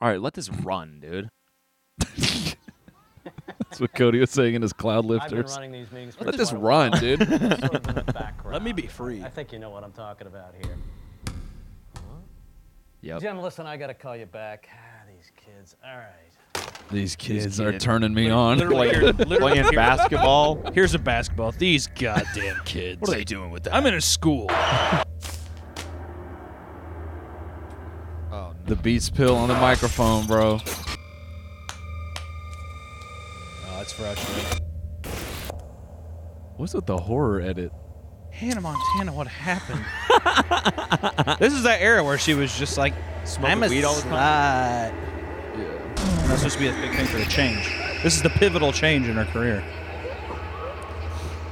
All right, let this run, dude. That's what Cody was saying in his cloud I've been lifters. running these meetings. for Let quite this a run, while. dude. Sort of in the background. be free. I think you know what I'm talking about here. Yep. Jim, listen, I gotta call you back. Ah, these kids. All right. These kids are kids. turning me on. Literally, you're- literally Playing basketball. Here's a basketball. These goddamn kids. What are they doing with that? I'm in a school. Oh, no. the Beats pill on the microphone, bro. Oh, it's fresh. Right? What's with the horror edit? Hannah Montana, what happened? this is that era where she was just like Smoking I'm a weed all the time. And that's supposed to be a big thing for the change. This is the pivotal change in her career.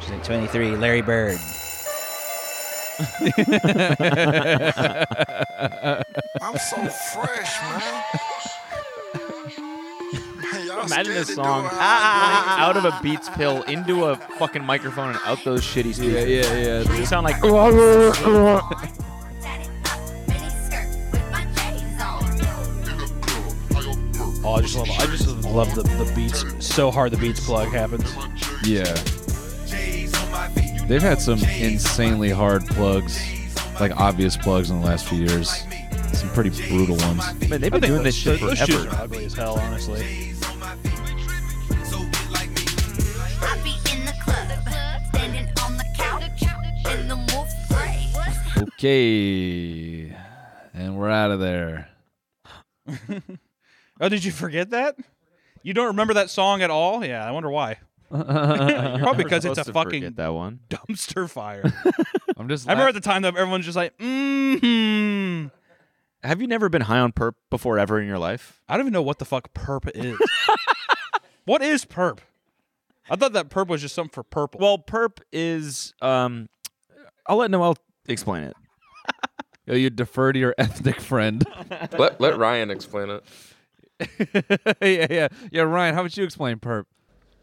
She's like 23, Larry Bird. I'm so fresh, man. Man, y'all Imagine scared this to do song it. Ah, out of a Beats pill into a fucking microphone and out those shitty Yeah, speakers. yeah, yeah. You sound like Oh, I just love I just love the, the beats so hard the beats plug happens. Yeah. They've had some insanely hard plugs, like obvious plugs in the last few years. Some pretty brutal ones. man, they've been doing this shit those, those shoes forever. are ugly as hell, honestly. Okay. And we're out of there. Oh, did you forget that? You don't remember that song at all? Yeah, I wonder why. Probably because it's a fucking that one. dumpster fire. I'm just. I remember at the time that everyone's just like, mm, mm-hmm. Have you never been high on perp before ever in your life? I don't even know what the fuck perp is. what is perp? I thought that perp was just something for purple. Well, perp is. Um, I'll let Noel explain it. Yo, you defer to your ethnic friend. Let, let Ryan explain it. yeah, yeah, yeah. Ryan, how would you explain perp?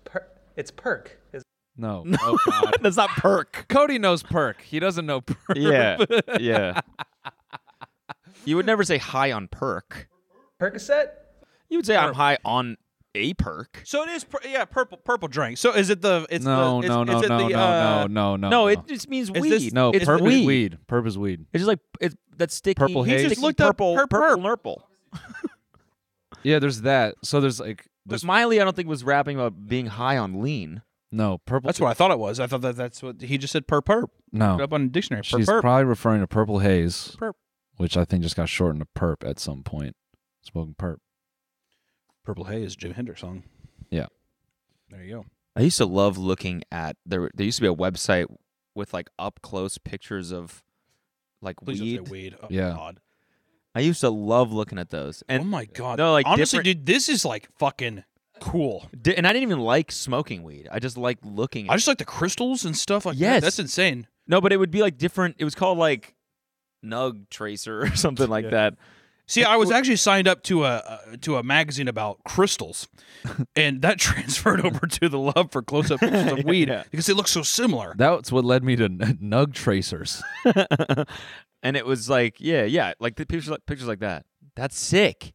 Per- it's perk. Is- No. Oh God. That's not perk. Cody knows perk. He doesn't know perp. Yeah, yeah. You would never say high on perk. Percocet? You would say I'm high on a perk. so it is, per- yeah, purple, purple drink. So is it the? It's No, the, it's, no, no, is it no, the, no, uh, no, no, no, No, no. it just means Is weed. this- no. it's Perp weed. is weed. Perp is weed. It's just like it's that sticky Purple haze. He just sticky looked up purple, perp, purple, purple. Yeah, there's that. So there's like But there's Miley, I don't think was rapping about being high on lean. no purple. That's what I thought it was. I thought that that's what he just said. Per perp. Look No, it up on the dictionary. Per she's perp. probably referring to purple haze, Perp. which I think just got shortened to perp at some point. Smoking perp. Purple haze, Jim Hendrix song. Yeah. There you go. I used to love looking at there. were- There used to be a website with like up close pictures of like Please weed. don't say weed. Oh, Yeah. God. I used to love looking at those, and oh my God. no, like honestly, different- dude, this is like fucking cool. di- and I didn't even like smoking weed. I just liked looking. At I just like the crystals and stuff like Yes. that. That's insane. no, but it would be like different. It was called like Nug Tracer or something like Yeah. that. See, I was actually signed up to a uh, to a magazine about crystals, and that transferred over to the love for close up pictures of weed Yeah. because they look so similar. That's what led me to n- nug tracers. Oh and it was like, yeah, yeah, like the pictures, like, pictures like that. That's sick.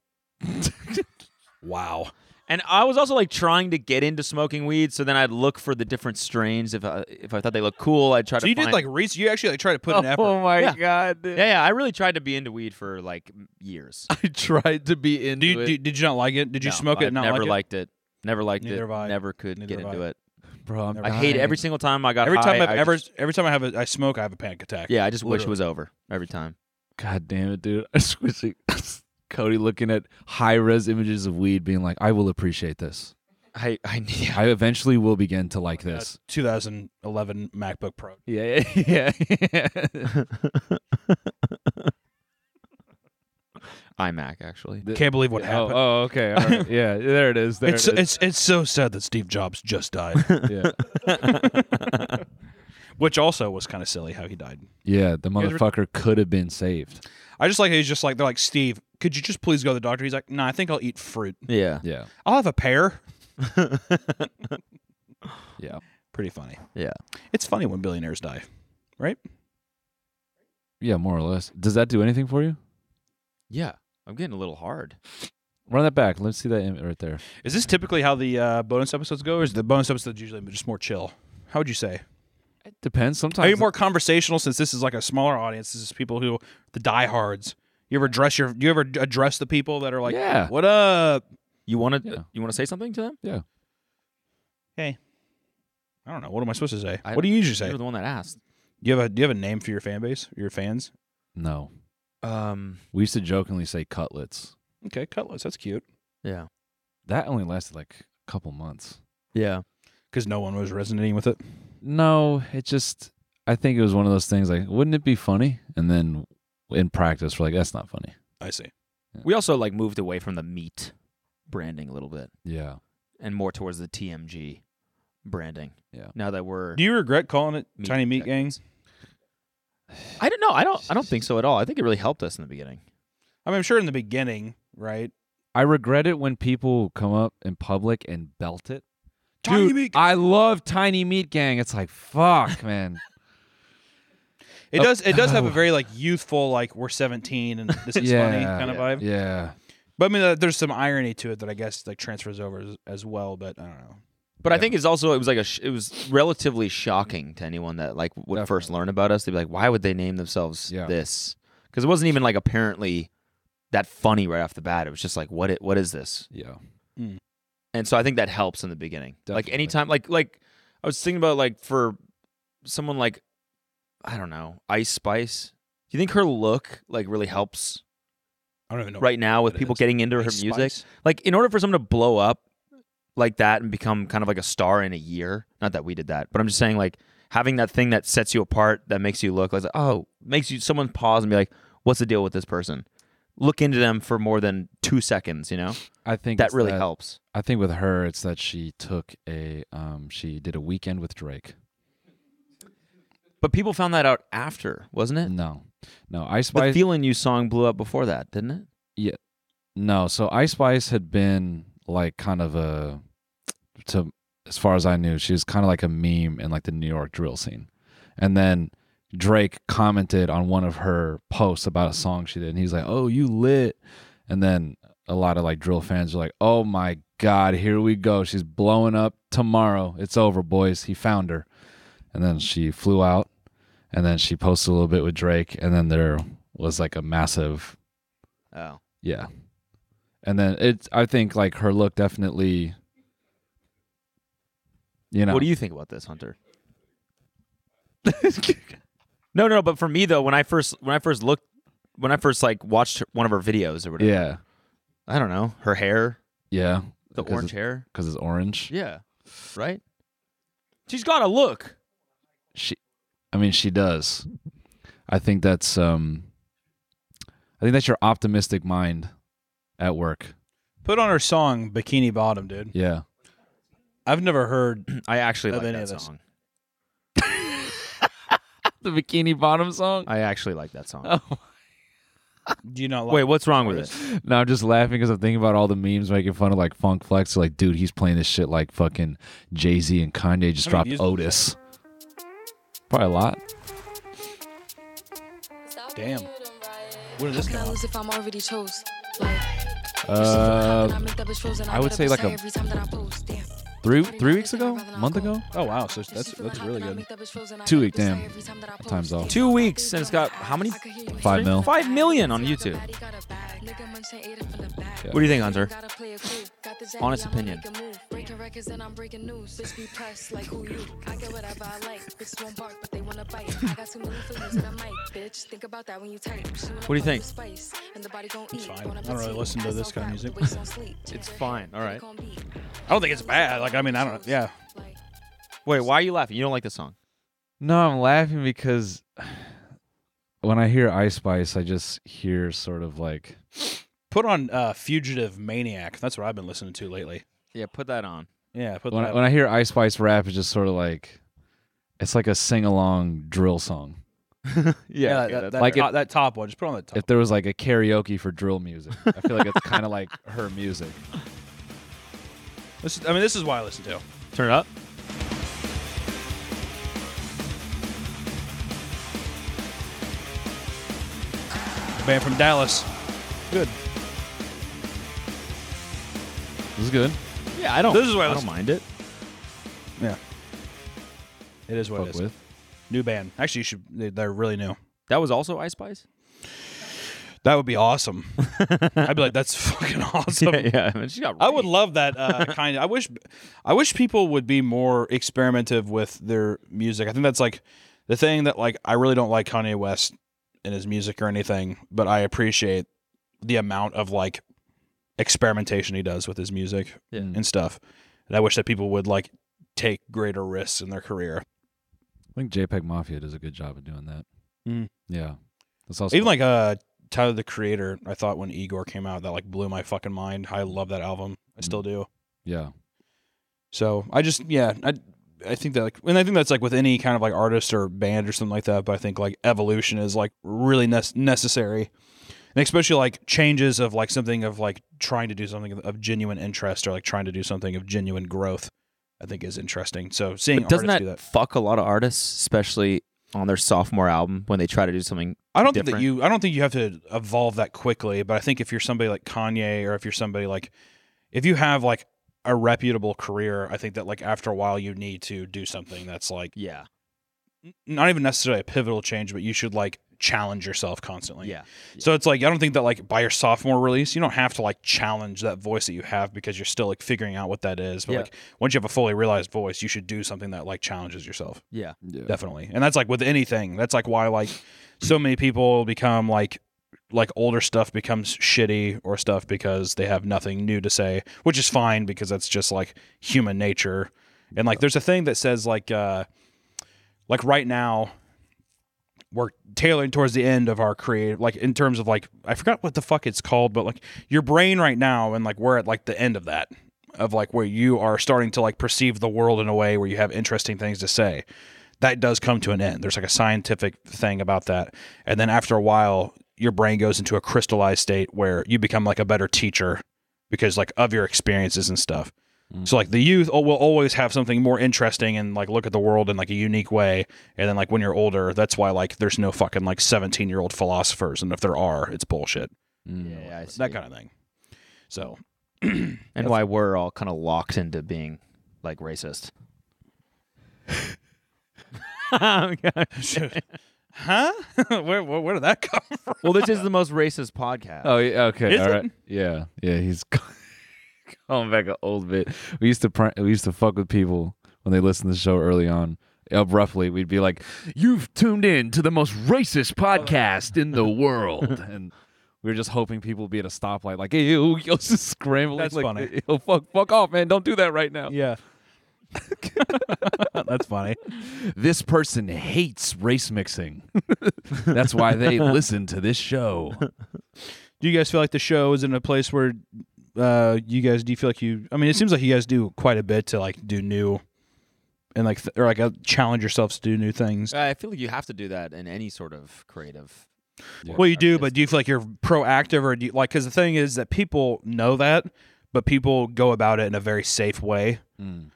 Wow. And I was also like trying to get into smoking weed, so then I'd look for the different strains. If I, if I thought they looked cool, I'd try So to. you did find- like research. You actually like tried to put Oh. an effort. my Yeah. god! dude. yeah, yeah. I really tried to be into weed for like m- years. I tried to be into Do you, do, did you not like it? Did you No, smoke it? I've and not never like it? liked it. Never liked Neither it. have I. Never could Neither get have into it. it, bro. I'm I hate dying. every single time I got. Every time high, I've I ever, just- every time I have a, I smoke, I have a panic attack. yeah, I just wish it Literally. was over every time. God damn it, dude! I just wish it- Cody looking at high res images of weed, being like, "I will appreciate this. I, I need. I eventually will begin to like Uh, this." 2011 MacBook Pro. Yeah, yeah, yeah. iMac actually. Can't believe what happened. oh, okay. all right. Yeah, there it is. There it's, it is. it's it's so sad that Steve Jobs just died, yeah. which also was kind of silly how he died. yeah, the guys were- motherfucker could have been saved. I just like he's just like they're like Steve, could you just please go to the doctor? He's like, nah, I think I'll eat fruit. Yeah, Yeah, I'll have a pear. yeah, Pretty funny. yeah. It's funny when billionaires die, right? yeah, more or less. Does that do anything for you? Yeah, I'm getting a little hard. Run that back. Let's see that im- right there. Is this typically how the uh, bonus episodes go, or is the bonus episodes usually just more chill? How would you say? It depends. Sometimes Are you more conversational since this is like a smaller audience? This is people who the diehards. You ever address your? Do you ever address the people that are like, Yeah. what up?" You want to Yeah. you want to say something to them? Yeah. Hey, I don't know. What am I supposed to say? I- what do you usually say? You're the one that asked. Do you have a Do you have a name for your fan base? Your fans? No. Um. We used to jokingly say cutlets. Okay, cutlets. That's cute. Yeah. That only lasted like a couple months. Yeah. Because no one was resonating with it. No, it just. I think it was one of those things. Like, wouldn't it be funny? And then in practice, we're like, that's not funny. I see. We also like moved away from the meat branding a little bit Yeah. and more towards the TMG branding. Yeah. Now that we're Do you regret calling it Meat Tiny Meat Gang? I don't know. I don't I don't think so at all. I think it really helped us in the beginning. I mean, I'm sure in the beginning, right? I regret it when people come up in public and belt it. Tiny Dude, Meat- I love Tiny Meat Gang. It's like, fuck, man. It Oh. does. It does have a very like youthful, like we're 17 and this is funny yeah. kind of vibe. Yeah. But I mean, uh, there's some irony to it that I guess like transfers over as, as well. But I don't know. But I think it's also it was like a sh- it was relatively shocking to anyone that like would first learn about us. They'd be like, "Why would they name themselves Yeah. this?" Because it wasn't even like apparently that funny right off the bat. It was just like, "What? It, what is this?" Yeah. And so I think that helps in the beginning. Like Definitely. anytime, like like I was thinking about like for someone like I don't know Ice Spice. Do you think her look like really helps I don't even know. right now with what it people is. getting into her Ice music? Spice? Like in order for someone to blow up like that and become kind of like a star in a year, not that we did that, but I'm just saying like having that thing that sets you apart that makes you look like oh, makes you someone pause and be like, what's the deal with this person? Look into them for more than two seconds, you know? I think That it's really helps. I think with her, it's that she took a um, she did a weekend with Drake. But people found that out after, wasn't it? No, no, Ice Uh. The Spice. Feeling You song blew up before that, didn't it? no, so Ice Spice had been like kind of a to as far as I knew, she was kind of like a meme in like the New York drill scene, and then Drake commented on one of her posts about a song she did, and he's like, "Oh, you lit," and then a lot of like drill fans are like, "Oh my god, here we go! She's blowing up tomorrow. It's over, boys. He found her," and then she flew out, and then she posted a little bit with Drake, and then there was like a massive Oh. yeah. And then it's I think like her look definitely you know What do you think about this, Hunter? no, no, but for me though, when I first when I first looked when I first like watched one of her videos or whatever, Yeah. I don't know, her hair, Yeah. the orange hair. Because it's orange. Yeah. Right? She's got a look. She I mean she does. I think that's um I think that's your optimistic mind at work. Put on her song "Bikini Bottom," dude. Yeah. I've never heard. I actually Of like any that of this. song. The bikini bottom song? I actually like that song. Oh, Do you not like? Wait, what's wrong with it? No, I'm just laughing because I'm thinking about all the memes making fun of like Funk Flex. Like, dude, he's playing this shit like fucking Jay Z and Kanye just How dropped many views does Otis. Probably a lot. Damn. Where did this come if I'm already chose. Like, Uh, I I would say like a- three three weeks ago, a month ago. Oh wow, so that's that's really good. Two week, damn. Time's off. Two weeks and it's got how many? Five mil. Five million on YouTube. What do you think, Hunter? Honest opinion. What do you think? It's fine. I don't really listen to this kind of music. It's fine. All right. I don't think it's bad. Like I mean, I don't. Yeah. Wait, why are you laughing? You don't like the song. No, I'm laughing because when I hear Ice Spice, I just hear sort of like Put on uh, "Fugitive Maniac." That's what I've been listening to lately. Yeah, put that on. Yeah. Put when I, that when I hear Ice Spice rap, it's just sort of like it's like a sing along drill song. yeah, Yeah, that, that, Like top- that top one. Just put on the top. If there was like a karaoke for drill music, I feel like it's kind of like her music. This is, I mean, this is why I listen to. Turn it up. Band from Dallas. Good. This is good. Yeah, I don't. This is why I I don't don't mind it. Yeah. It is what Fuck it is. with. New band. Actually, you should. They, they're really new. That was also Ice Spice. That would be awesome. I'd be like, that's fucking awesome. yeah, yeah. I mean, she got. I would raped. love that uh, kind. Of, I wish, I wish people would be more experimentative with their music. I think that's like the thing that like I really don't like Kanye West and his music or anything, but I appreciate the amount of like experimentation he does with his music Yeah. and stuff. And I wish that people would like take greater risks in their career. I think JPEG Mafia does a good job of doing that. Mm. Yeah. That's also Even like uh Tyler the Creator, I thought when Igor came out that like blew my fucking mind. I love that album. I Mm. still do. yeah. So I just yeah I I think that like and I think that's like with any kind of like artist or band or something like that. But I think like evolution is like really nec- necessary, and especially like changes of like something of like trying to do something of, of genuine interest or like trying to do something of genuine growth. I think is interesting. So seeing But doesn't artists that, do that, fuck a lot of artists, especially on their sophomore album when they try to do something? I don't think that different? you I don't think you have to evolve that quickly. But I think if you're somebody like Kanye or if you're somebody like if you have like a reputable career, I think that like after a while you need to do something that's like Yeah, not even necessarily a pivotal change, but you should like challenge yourself constantly. yeah. So it's like I don't think that like by your sophomore release, you don't have to like challenge that voice that you have because you're still like figuring out what that is. But Yeah. like once you have a fully realized voice, you should do something that like challenges yourself. Mm. Yeah. Definitely. And that's like with anything. That's like why like so many people become like like older stuff becomes shitty or stuff because they have nothing new to say, which is fine because that's just like human nature. And like there's a thing that says like uh like right now we're tailoring towards the end of our creative like in terms of like I forgot what the fuck it's called, but like your brain right now and like we're at like the end of that of like where you are starting to like perceive the world in a way where you have interesting things to say that does come to an end. There's like a scientific thing about that. And then after a while, your brain goes into a crystallized state where you become like a better teacher because like of your experiences and stuff. So like the youth al- will always have something more interesting and like look at the world in like a unique way. And then like when you're older, that's why like there's no fucking like 17 year old philosophers. And if there are, it's bullshit. Mm. yeah I see. That kind of thing. So and why we're all kind of locked into being like racist. huh? where, where where did that come from? well, this is the most racist podcast. Oh, yeah, okay. Is all it? right. Yeah. Yeah, he's calling back an old bit. We used to prank, we used to fuck with people when they listened to the show early on. Abruptly, we'd be like, "You've tuned in to the most racist podcast in the world," and we were just hoping people would be at a stoplight, like, "Hey, yo, yo," just scrambling." That's like, funny. "Yo, fuck, fuck off, man! Don't do that right now." Yeah. that's funny. This person hates race mixing. That's why they listen to this show. do you guys feel like the show is in a place where uh you guys do you feel like you i mean it seems like you guys do quite a bit to like do new and like th- or like uh, challenge yourselves to do new things I feel like you have to do that in any sort of creative. well you do but do you feel like you're proactive or do you like because the thing is that people know that but people go about it in a very safe way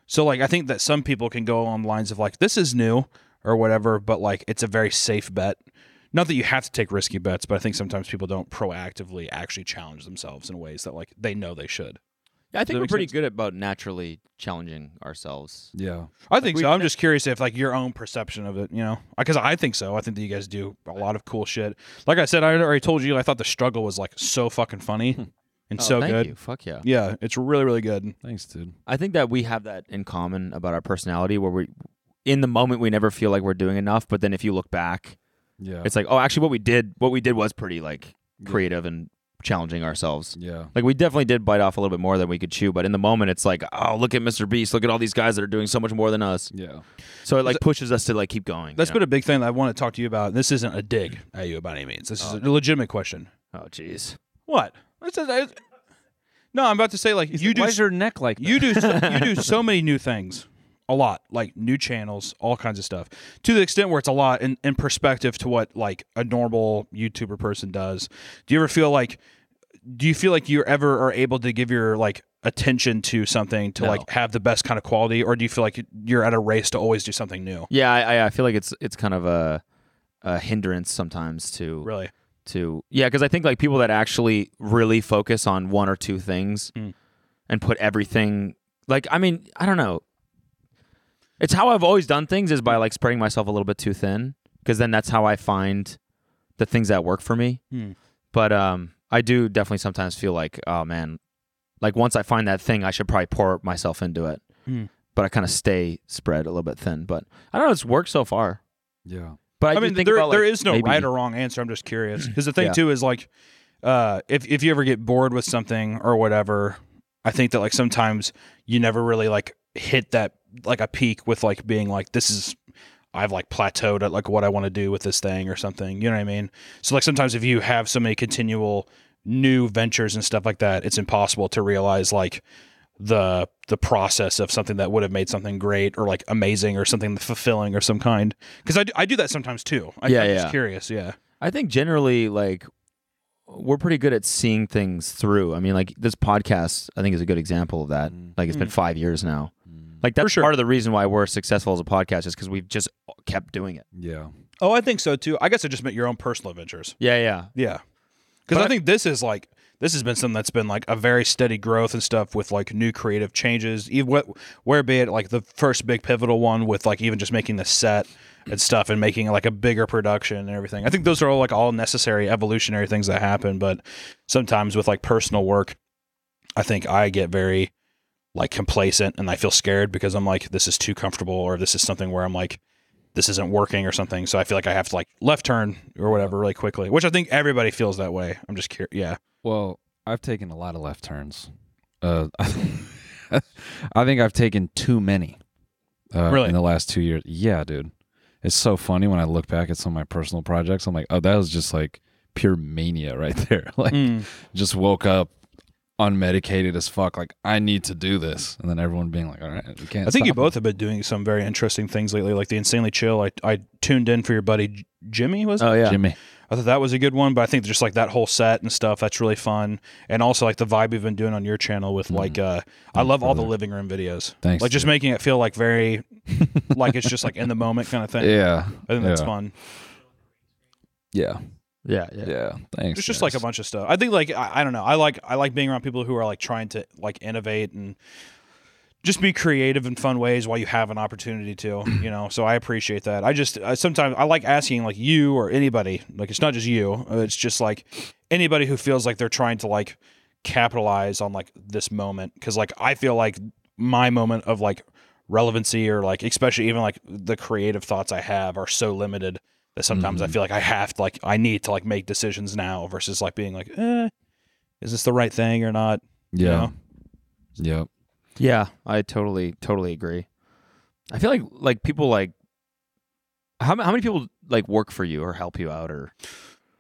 so like i think that some people can go on lines of like this is new or whatever but like it's a very safe bet not that you have to take risky bets but i think sometimes people don't proactively actually challenge themselves in ways that like they know they should Yeah, I think that we're make pretty sense? good about naturally challenging ourselves. Yeah. I think we- so. I'm just curious if like your own perception of it, you know, because I think so. I think that you guys do a lot of cool shit. Like I said, I already told you I thought the struggle was like so fucking funny and so Oh, thank good. you. Fuck yeah. Yeah, it's really really good. Thanks, dude. I think that we have that in common about our personality, where we, in the moment, we never feel like we're doing enough, but then if you look back, Yeah. it's like, oh, actually, what we did, what we did was pretty like creative and challenging ourselves. yeah. Like we definitely did bite off a little bit more than we could chew, but in the moment, it's like, oh, look at Mr. Beast, look at all these guys that are doing so much more than us. Yeah. So it like pushes us to like keep going. That's you been a big thing that I want to talk to you about. This isn't a dig at you by any means. This is a legitimate question. know? oh, jeez. What? It's a- it's- no, I'm about to say like you do Why is your neck like that? you do so, you do so many new things a lot like new channels all kinds of stuff to the extent where it's a lot in, in perspective to what like a normal youtuber person does do you ever feel like do you feel like you ever are able to give your like attention to something to like have the best kind of quality or do you feel like you're at a race to always do something new Yeah, I, I- I feel like it's it's kind of a, a hindrance sometimes to really Hmm. to yeah, because I think like people that actually really focus on one or two things, and put everything like I mean, I don't know. It's how I've always done things is by like spreading myself a little bit too thin because then that's how I find the things that work for me. Hmm. But um I do definitely sometimes feel like, oh man, like once I find that thing, I should probably pour myself into it. Hmm. But I kind of stay spread a little bit thin. But I don't know, it's worked so far. Yeah. But I, I, do mean, think there, about, like, there is no maybe- right or wrong answer. I'm just curious because the thing Yeah. too is like, uh, if if you ever get bored with something or whatever, I think that like sometimes you never really like hit that like a peak with like being like this is I've like plateaued at like what I want to do with this thing or something. You know what I mean? So like sometimes if you have so many continual new ventures and stuff like that, it's impossible to realize like the the process of something that would have made something great or like amazing or something fulfilling or some kind. Because I, do- I do that sometimes too. I, Yeah, I'm yeah. just curious. Yeah. I think generally, like, we're pretty good at seeing things through. I mean, like, this podcast, I think, is a good example of that. Like, it's been five years now. Like, that's part of the reason why we're successful as a podcast is because we've just kept doing it. Yeah. Oh, I think so too. I guess I just meant your own personal adventures. Yeah, yeah. Yeah. Because I think this is like this has been something that's been like a very steady growth and stuff with like new creative changes. Even what where be it like the first big pivotal one with like even just making the set and stuff and making like a bigger production and everything. I think those are all like all necessary evolutionary things that happen, but sometimes with like personal work, I think I get very like complacent and I feel scared because I'm like this is too comfortable or this is something where I'm like this isn't working or something. So I feel like I have to like left turn or whatever really quickly, which I think everybody feels that way. I'm just curious. Yeah. Well, I've taken a lot of left turns. Uh, I think I've taken too many. Uh, Really? In the last two years. Yeah, dude. It's so funny when I look back at some of my personal projects. I'm like, oh, that was just like pure mania right there. like, Hmm. just woke up unmedicated as fuck. Like, I need to do this. And then everyone being like, all right, we can't. I think you stop both have been doing some very interesting things lately, like the insanely chill. I, I tuned in for your buddy J- Jimmy, was it? Oh, it." yeah. Jimmy. I thought that was a good one, but I think just like that whole set and stuff, that's really fun. And also like the vibe you've been doing on your channel Mm-hmm. with like uh I love all the living room videos. Thanks, Like just dude. making it feel like very like it's just like in the moment kind of thing. Yeah. I think that's yeah. fun. Yeah. Yeah, yeah. Yeah. Thanks. It's just like a guys. bunch of stuff. I think like I, I don't know. I like I like being around people who are like trying to like innovate and just be creative in fun ways while you have an opportunity to, you know. So I appreciate that. I just I, sometimes I like asking like you or anybody. Like it's not just you. uh, It's just like anybody who feels like they're trying to like capitalize on like this moment because like I feel like my moment of like relevancy or like especially even like the creative thoughts I have are so limited that sometimes I feel like I have to like I need to like make decisions now versus like being like, eh, is this the right thing or not? you Yeah. know? Yep. Yeah, I totally, totally agree. I feel like, like, people, like, how, how many people, like, work for you or help you out or,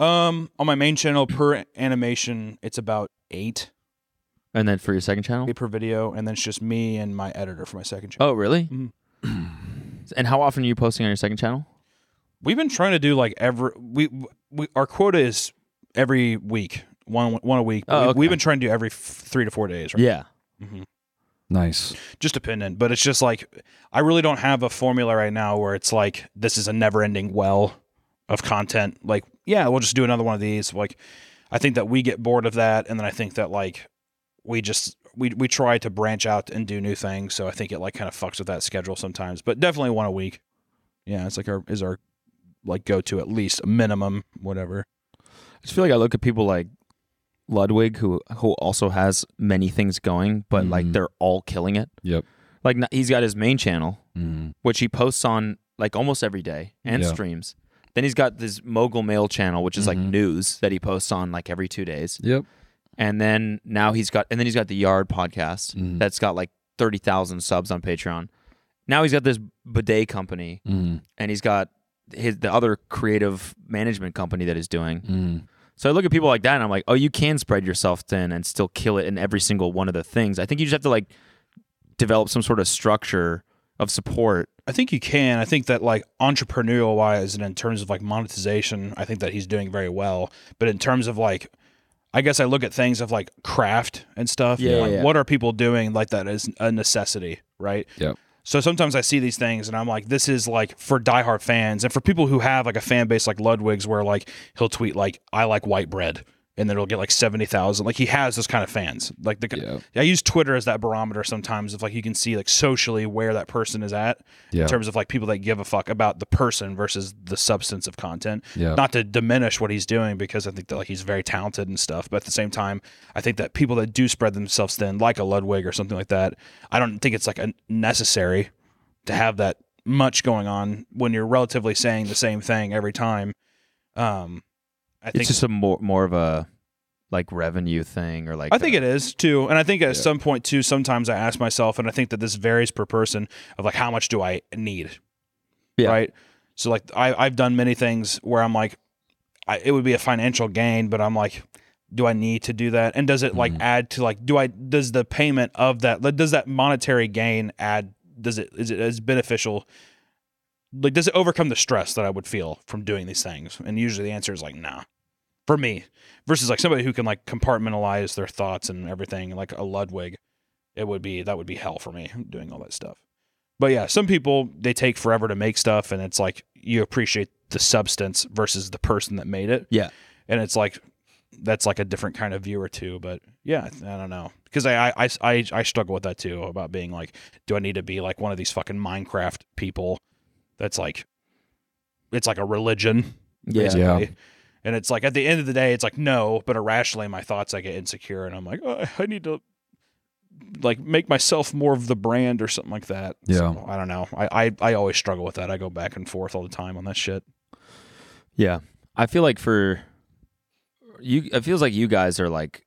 Um, on my main channel per animation, it's about eight and then for your second channel? eight per video, and then it's just me and my editor for my second channel. Oh, really? Mhm. and how often are you posting on your second channel? We've been trying to do like every we, we our quota is every week. One, one a week. Oh, We- okay. We've been trying to do every f- three to four days, right? Yeah. Nice. just dependent but it's just like i really don't have a formula right now where it's like this is a never ending well of content like yeah we'll just do another one of these like i think that we get bored of that and then i think that like we just we we try to branch out and do new things so i think it like kind of fucks with that schedule sometimes but definitely one a week yeah it's like our is our like go to at least a minimum whatever I just feel like I look at people like Ludwig, who who also has many things going, but like Mhm. they're all killing it. Yep. Like n- he's got his main channel, Mm. which he posts on like almost every day and Yeah. streams. Then he's got this Mogul Mail channel, which is like Mhm. news that he posts on like every two days. Yep. And then now he's got, and then he's got the Yard podcast Mm-hmm. Mhm. that's got like thirty thousand subs on Patreon. Now he's got this bidet company, Mm-hmm. Mm. and he's got his the other creative management company that he's doing. Mm-hmm. Mm. So I look at people like that and I'm like, oh, you can spread yourself thin and still kill it in every single one of the things. I think you just have to like develop some sort of structure of support. I think you can. I think that like entrepreneurial wise and in terms of like monetization, I think that he's doing very well. But in terms of like I guess I look at things of like craft and stuff. Yeah, like, yeah, yeah. What are people doing like that is a necessity, right? Yep. So sometimes I see these things and I'm like, this is like for diehard fans and for people who have like a fan base like Ludwig's where like he'll tweet like, I like white bread. and then it'll get like 70,000. Like he has those kind of fans. Like the Yeah. I use Twitter as that barometer sometimes of like you can see like socially where that person is at Yeah. in terms of like people that give a fuck about the person versus the substance of content. Yeah. Not to diminish what he's doing because I think that like he's very talented and stuff, but at the same time, I think that people that do spread themselves thin like a Ludwig or something like that, I don't think it's like a necessary to have that much going on when you're relatively saying the same thing every time. Um I think it's just a more more of a like revenue thing or like I think it is too, and I think at some point too. Sometimes I ask myself, and I think that this varies per person of like how much do I need, Yeah. right? So like I, I've done many things where I'm like, I, it would be a financial gain, but I'm like, do I need to do that? And does it like add to like do I does the payment of that like, does that monetary gain add does it is it as beneficial? Like does it overcome the stress that I would feel from doing these things? And usually the answer is like nah for me versus like somebody who can like compartmentalize their thoughts and everything like a ludwig it would be that would be hell for me doing all that stuff but yeah some people they take forever to make stuff and it's like you appreciate the substance versus the person that made it Yeah. and it's like that's like a different kind of viewer too but yeah i don't know because I, I i i struggle with that too about being like do i need to be like one of these fucking minecraft people that's like it's like a religion yeah. Yeah. basically. And it's like at the end of the day, it's like no, but irrationally, my thoughts I get insecure, and I'm like, oh, I need to like make myself more of the brand or something like that. Yeah. So, I don't know. I, I I always struggle with that. I go back and forth all the time on that shit. Yeah. I feel like for you it feels like you guys are like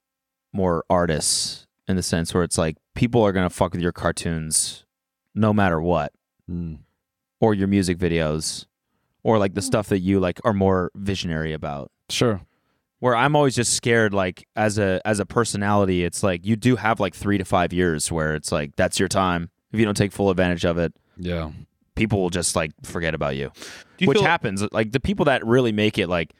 more artists in the sense where it's like people are going to fuck with your cartoons no matter what Mm. or your music videos or like the stuff that you like are more visionary about. Sure. Where I'm always just scared like as a as a personality it's like you do have like 3 to 5 years where it's like that's your time. If you don't take full advantage of it, Yeah. people will just like forget about you, you which feel- happens. Like the people that really make it like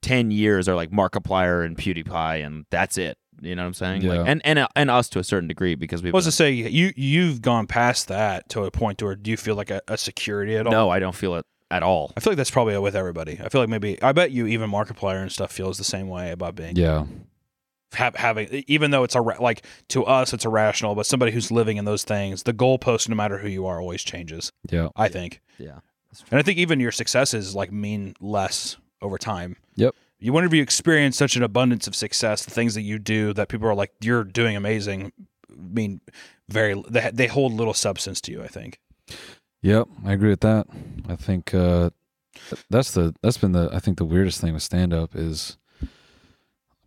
ten years are like Markiplier and PewDiePie, and that's it. You know what I'm saying? Yeah. Like, and and and us to a certain degree because we. I was to say you you've gone past that to a point to where do you feel like a, a security at all? no, I don't feel it at all. I feel like that's probably with everybody. I feel like maybe I bet you even Markiplier and stuff feels the same way about being Yeah. ha- having e, even though it's a like to us it's irrational, but somebody who's living in those things, the goalpost no matter who you are always changes. Yeah. I think. Yeah. That's And I think even your successes like mean less over time. Yep. You whenever you experience such an abundance of success, the things that you do that people are like, you're doing amazing mean very they, they hold little substance to you, I think. Yep, I agree with that. I think uh, th- that's the that's been the I think the weirdest thing with stand up is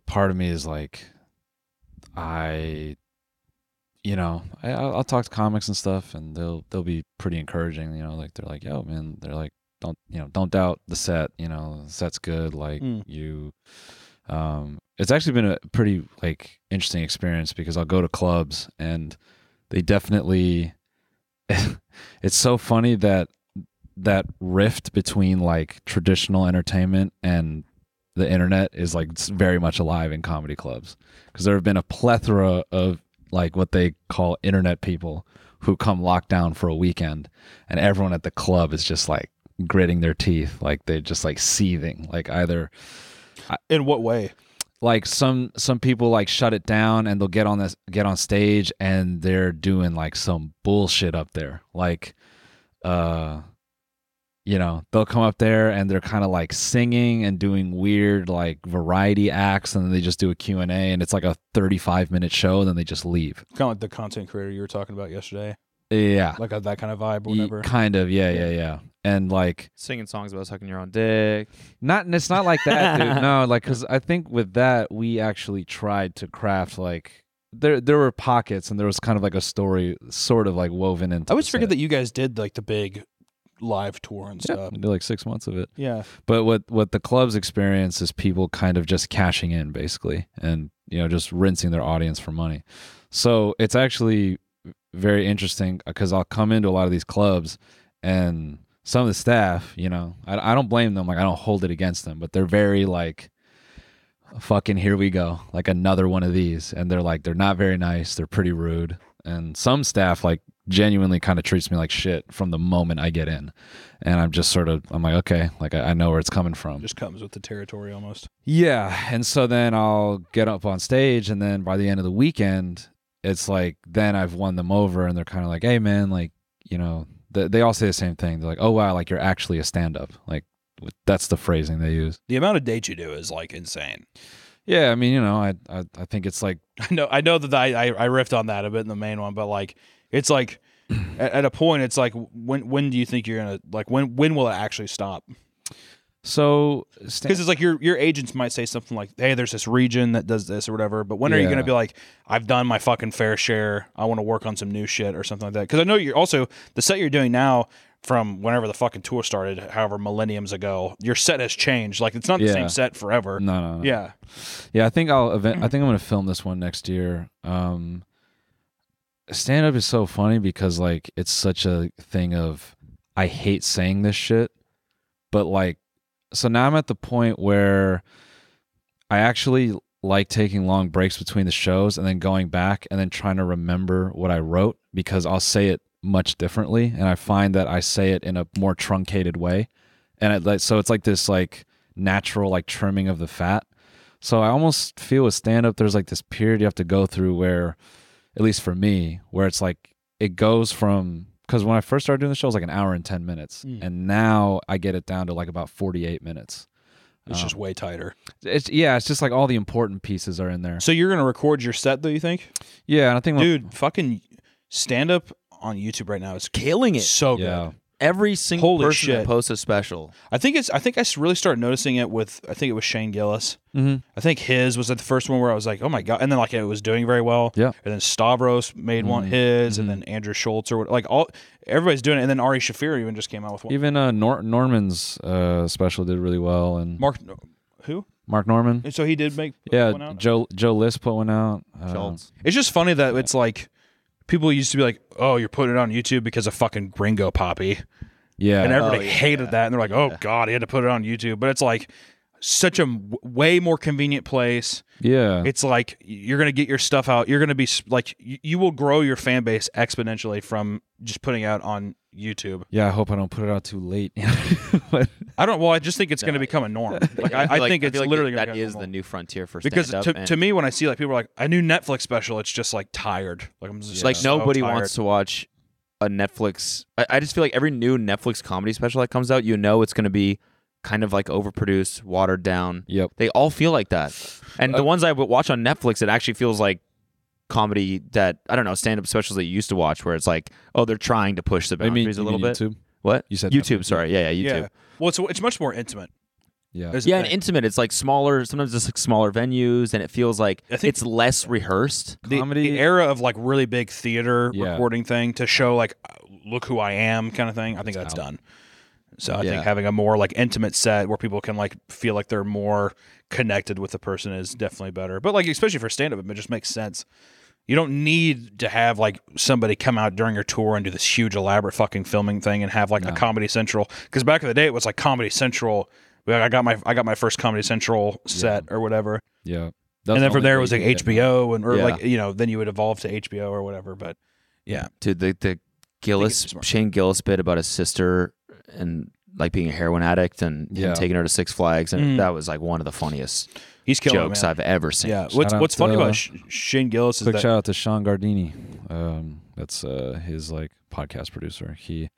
part of me is like I you know I, I'll I'll talk to comics and stuff and they'll they'll be pretty encouraging you know like they're like yo man they're like don't you know don't doubt the set you know the set's good like Mm. you um it's actually been a pretty like interesting experience because I'll go to clubs and they definitely it's so funny that that rift between like traditional entertainment and the internet is like s- very much alive in comedy clubs because there have been a plethora of like what they call internet people who come locked down for a weekend and everyone at the club is just like gritting their teeth like they're just like seething like either In what way? like some some people like shut it down and they'll get on this get on stage and they're doing like some bullshit up there like uh you know they'll come up there and they're kind of like singing and doing weird like variety acts and then they just do a q&a and it's like a 35 minute show and then they just leave Kind of like the content creator you were talking about yesterday. yeah Like a, that kind of vibe or Ye- whatever. kind of yeah yeah yeah and like Singing songs about sucking your own dick. Not and it's not like that, dude. No, like because I think with that we actually tried to craft like there there were pockets and there was kind of like a story sort of like woven into. I always forget that you guys did like the big live tour and yeah, stuff. we did like six months of it. Yeah. But what what the clubs experience is people kind of just cashing in basically, and you know just rinsing their audience for money. So it's actually very interesting because I'll come into a lot of these clubs and some of the staff, you know, I, I don't blame them. Like I don't hold it against them, but they're very like, fucking here we go, like another one of these. And they're like, they're not very nice. They're pretty rude. And some staff like genuinely kind of treats me like shit from the moment I get in, and I'm just sort of I'm like okay, like I, I know where it's coming from. Just comes with the territory almost. Yeah. And so then I'll get up on stage. And then by the end of the weekend, it's like, then I've won them over. And they're kind of like, hey, man, like, you know, th- they all say the same thing. They're like, oh, wow, like you're actually a stand up. Like, w- that's the phrasing they use. The amount of dates you do is like insane. Yeah. I mean, you know, I, I, I think it's like, I know I know that I, I I riffed on that a bit in the main one, but like it's like at, at a point it's like when when do you think you're gonna like when when will it actually stop? so, Because stand- it's like your your agents might say something like, "Hey, there's this region that does this or whatever," but when are you Yeah. gonna be like, "I've done my fucking fair share. I want to work on some new shit or something like that"? Because I know you're also the set you're doing now from whenever the fucking tour started, however millenniums ago, your set has changed. Like it's not the Yeah. same set forever. no, no, no. Yeah, Yeah, I think I'll event. I think I'm gonna film this one next year. Um, stand up is so funny because like it's such a thing of I hate saying this shit, but like so now I'm at the point where I actually like taking long breaks between the shows and then going back and then trying to remember what I wrote because I'll say it much differently and I find that I say it in a more truncated way and it, like so it's like this like natural like trimming of the fat so I almost feel with stand up, there's like this period you have to go through where, at least for me, where it's like it goes from because when I first started doing the show, it was like an hour and 10 minutes. Mm. And now I get it down to like about 48 minutes. it's just Um, way tighter. It's, yeah, it's just like all the important pieces are in there. So you're gonna record your set though? You think? Yeah, and I think, dude fucking stand up on youtube right now it's Killing it. so good yeah, Every single Holy person shit. that posts a special. i think it's i think i s- really started noticing it with i think it was shane gillis Mhm. i think his was the first one where i was like oh my god and then like it was doing very well Yeah. Mm-hmm. and then stavros made one his and then andrew schultz or what like all everybody's doing it and then ari shafir even just came out with one even uh, Nor- Norman's uh, special did really well, and Mark, mark who Norman. so he did make put one Yeah, out? Joe Joe List put one out. Uh, Schultz. It's just funny that it's like people used to be like, "Oh, you're putting it on YouTube because of fucking Gringo Poppy," yeah, and everybody hated that, and they're like, "Oh God, he had to put it on YouTube." But it's like such a w- way more convenient place. yeah. It's like you're gonna get your stuff out. You're gonna be s- like you, you will grow your fan base exponentially from just putting out on YouTube. yeah, I hope I don't put it out too late. I don't. Well, I just think it's gonna become a norm. Like I, I, feel like- think I it's feel like literally that gonna is become the normal. new frontier for because stand-up, to, and- to me when I see like people are like I new Netflix special, it's just like tired. Like I'm just It's like so nobody tired. wants to watch a Netflix. I, I just feel like every new Netflix comedy special that comes out, you know, it's going to be kind of like overproduced, watered down. yep. They all feel like that. And Uh, the ones I would watch on Netflix, it actually feels like comedy that I don't know stand-up specials that you used to watch, where it's like, oh, they're trying to push the I mean, boundaries you a little mean bit. YouTube? What You said YouTube? Netflix, Sorry, yeah, yeah, YouTube. Yeah. Well, it's it's much more intimate. Yeah. is the Yeah, and thing. intimate. It's like smaller. Sometimes it's like smaller venues, and it feels like I think- it's less rehearsed. the, comedy- the era of like really big theater Yeah. recording thing to show like look who I am kind of thing. I think that's out. done. So I Yeah. think having a more like intimate set where people can like feel like they're more connected with the person is definitely better. But like especially for stand up it just makes sense. You don't need to have like somebody come out during your tour and do this huge elaborate fucking filming thing and have like a Comedy Central because back in the day it was like Comedy Central. Like, I got my I got my first Comedy Central set or whatever Yeah. and then from there it was like HBO and or Yeah. like you know then you would evolve to HBO or whatever. But yeah, Dude, the the it's Gillis smart. Shane Gillis bit about his sister and like being a heroin addict and him Yeah. taking her to Six Flags, and Mm. that was like one of the funniest he's killing jokes it, man. I've ever seen. yeah, what's out what's funny to- uh, about Sh- Shane Gillis is Quick that shout out to Sean Gardini. Um, that's uh, his like podcast producer. He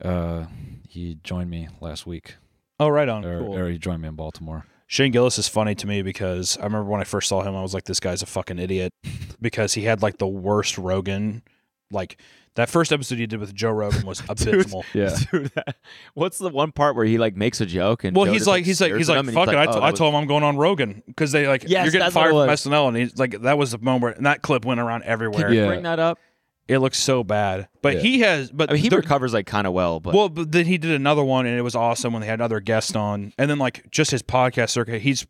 uh, he joined me last week, oh right on or, cool. or he joined me in Baltimore. Shane Gillis is funny to me because I remember when I first saw him, I was like, this guy's a fucking idiot because he had like the worst Rogan. Like that first episode he did with Joe Rogan was abysmal. Yeah. Dude, that- what's the one part where he like makes a joke and Well, Joe he's just, like, he's like, stares he's at like, him and fuck it. I oh, t- that I was- told him I'm going on Rogan because they like, Yes, you're getting that's what it fired from was. SNL, and he's like, that was the moment. And that clip went around everywhere. Can you Yeah. bring that up. It looks so bad. But Yeah. he has. But I mean, he there- recovers like kind of well, but well, but then he did another one, and it was awesome when they had another guest on. And then like just his podcast circuit, he's.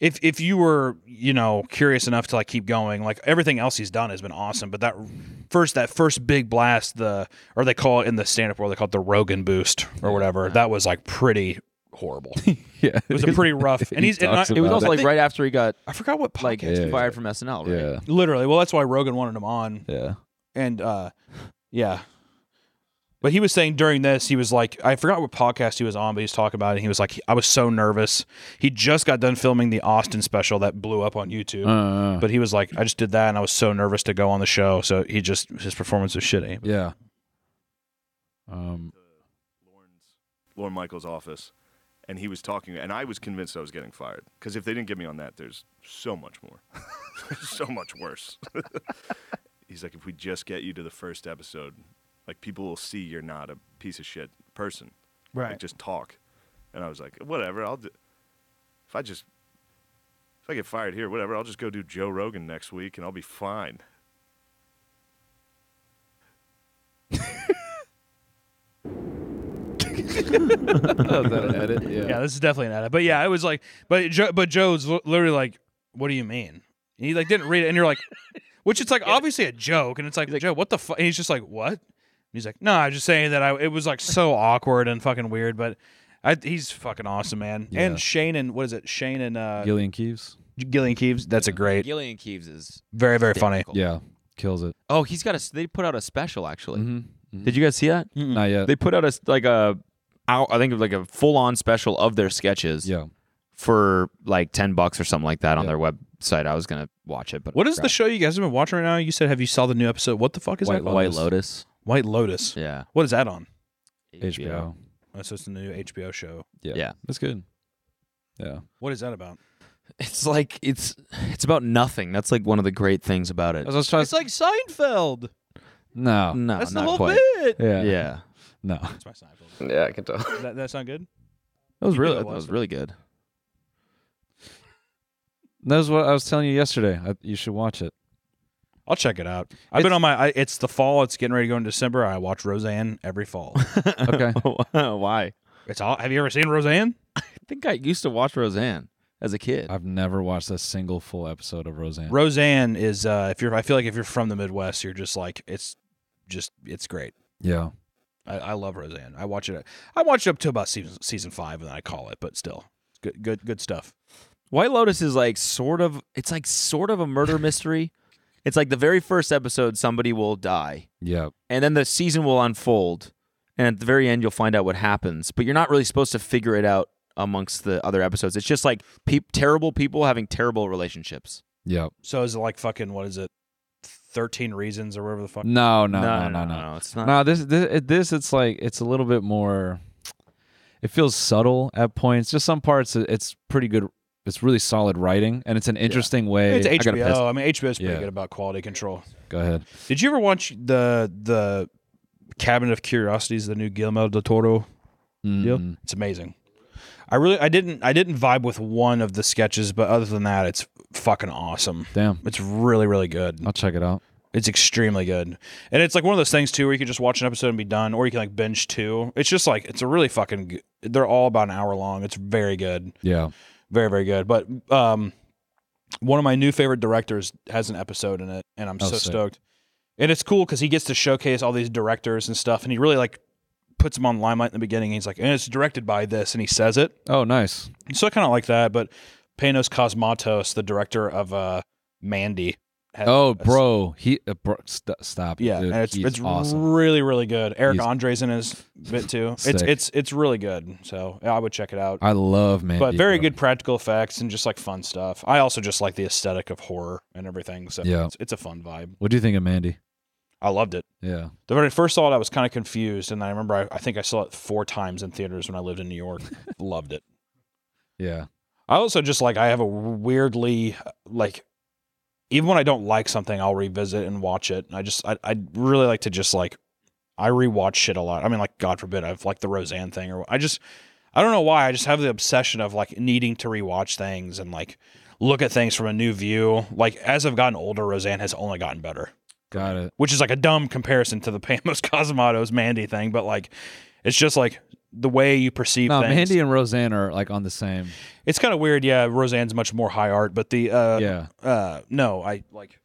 If, if you were you know curious enough to like keep going like everything else he's done has been awesome but that first that first big blast the or they call it in the stand up world they call it the Rogan boost or whatever that was like pretty horrible it Yeah. was a pretty rough and He he's and talks I, it was about also it. like right after he got I forgot what like podcast Yeah, yeah, fired from SNL. Right? yeah. literally well that's why Rogan wanted him on Yeah. and uh, yeah. But he was saying during this, he was like, I forgot what podcast he was on, but he was talking about it. And he was like, I was so nervous. He just got done filming the Austin special that blew up on YouTube. Uh, But he was like, I just did that, and I was so nervous to go on the show. So he just his performance was shitty. yeah. Um, Lauren's, Lauren Michaels' office, and he was talking, and I was convinced I was getting fired because if they didn't get me on that, there's so much more, There's so much worse. He's like, if we just get you to the first episode, like people will see you're not a piece of shit person. Like, just talk. And I was like, whatever. I'll do. If I just, if I get fired here, whatever. I'll just go do Joe Rogan next week, and I'll be fine. yeah. Yeah, this is definitely an edit. But yeah, it was like, but Joe, but Joe's li- literally like, "What do you mean?" And he like didn't read it, and you're like, which it's like obviously a joke, and it's like, Joe, what the fuck? And he's just like, what? And he's like, no, I'm just saying that I. It was like so awkward and fucking weird, but I, he's fucking awesome, man. Yeah. And Shane and what is it? Shane and uh, Gillian Keeves. Gillian Keeves. That's a great, Gillian Keeves is very very funny. hysterical. Yeah, kills it. Oh, he's got a. s- They put out a special actually. Mm-hmm. Did you guys see that? Not yet. They put out a s- like a, hour, I think it was like a full on special of their sketches yeah. for like ten bucks or something like that on Yeah. their website. I was gonna watch it, but What is the show you guys have been watching right now? You said, have you saw the new episode? What the fuck is White that? White Lotus? White Lotus. Yeah, What is that on? HBO. Oh, so it's the new HBO show. Yeah. That's good. Yeah. What is that about? It's like it's it's about nothing. That's like one of the great things about it. It's like Seinfeld. No. No, That's the not whole quite. bit. Yeah. Yeah, No. That's my Seinfeld. Yeah, I can tell. Does that, that sound good? that was really I that watched was it. really good. That was what I was telling you yesterday. I, you should watch it. I'll check it out. I've been on my. I, it's the fall. It's getting ready to go in December. I watch Roseanne every fall. Okay. Why? it's all. Have you ever seen Roseanne? I think I used to watch Roseanne as a kid. I've never watched a single full episode of Roseanne. Roseanne is. Uh, if you're, I feel like if you're from the Midwest, you're just like it's, just it's great. yeah. I, I love Roseanne. I watch it. I watch it up to about season season five, and then I call it. But still, it's good, good, good stuff. White Lotus is like sort of it's like sort of a murder mystery. It's like the very first episode somebody will die Yeah. and then the season will unfold and at the very end you'll find out what happens, but you're not really supposed to figure it out amongst the other episodes. It's just like peop terrible people having terrible relationships. Yeah. So is it like fucking what is it? Thirteen Reasons or whatever the fuck. No. No. No. No. No. It's not No, this this it- this it's like it's a little bit more. It feels subtle at points. Just some parts, it- it's pretty good. It's really solid writing, and it's an interesting way. It's I gotta piss. HBO. I, mean, HBO is pretty Yeah. good about quality control. Go ahead. Did you ever watch the the Cabinet of Curiosities, the new Guillermo del Toro deal? Mm. It's amazing. I really, I didn't, I didn't vibe with one of the sketches, but other than that, it's fucking awesome. Damn, It's really, really good. I'll check it out. It's extremely good, and it's like one of those things too, where you can just watch an episode and be done, or you can like binge two. It's just like it's a really fucking. g- They're all about an hour long. It's very good Yeah. very very good but um one of my new favorite directors has an episode in it and i'm Oh, so sick. stoked and it's cool because he gets to showcase all these directors and stuff and he really like puts them on limelight in the beginning and he's like and it's directed by this and he says it Oh, nice. so i kind of like that but panos cosmatos the director of uh mandy has Oh, a- bro, he uh, bro, st- stop. yeah dude, and it's, he's it's awesome. really really good eric He's- andre's in his bit too Sick. it's it's it's really good so i would check it out I love man. but very good practical effects and just like fun stuff. I also just like the aesthetic of horror and everything. So Yeah. it's, it's a fun vibe. What do you think of Mandy? I loved it. Yeah. The very first saw it, I was kind of confused, and I remember I, I think I saw it four times in theaters when I lived in New York. loved it. Yeah. I also just like I have a weirdly like even when I don't like something, I'll revisit and watch it. And I just I I really like to just like I rewatch shit a lot. I mean, like God forbid, I've like the Roseanne thing, or I just I don't know why I just have the obsession of like needing to rewatch things and like look at things from a new view. Like as I've gotten older, Roseanne has only gotten better Got it. which is like a dumb comparison to the Pamos Cosmatos Mandy thing, but like it's just like the way you perceive No, things. Mandy and Roseanne are like on the same. It's kind of weird, yeah. Roseanne's much more high art, but the uh, yeah. uh, no, I like.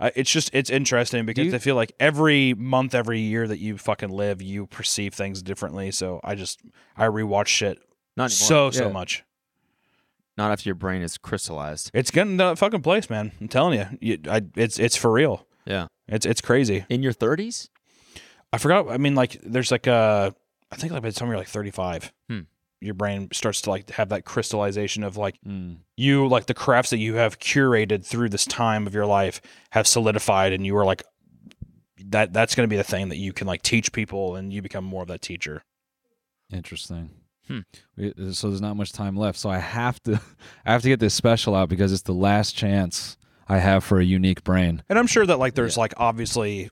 I, it's just it's interesting because you- I feel like every month, every year that you fucking live, you perceive things differently. So I just I rewatch shit not anymore. so so Yeah. much. not after your brain is crystallized. It's getting to that fucking place, man. I'm telling you, you I, it's it's for real. Yeah. It's it's crazy. in your 30s? I forgot. I mean, like, there's like uh, I think like by the time you're like 35, Hmm. your brain starts to like have that crystallization of like Mm. you like the crafts that you have curated through this time of your life have solidified, and you are like that. That's going to be the thing that you can like teach people, and you become more of that teacher. Interesting. Hmm. We- uh, So there's not much time left. So I have to, I have to get this special out because it's the last chance I have for a unique brain. And I'm sure that like there's like obviously,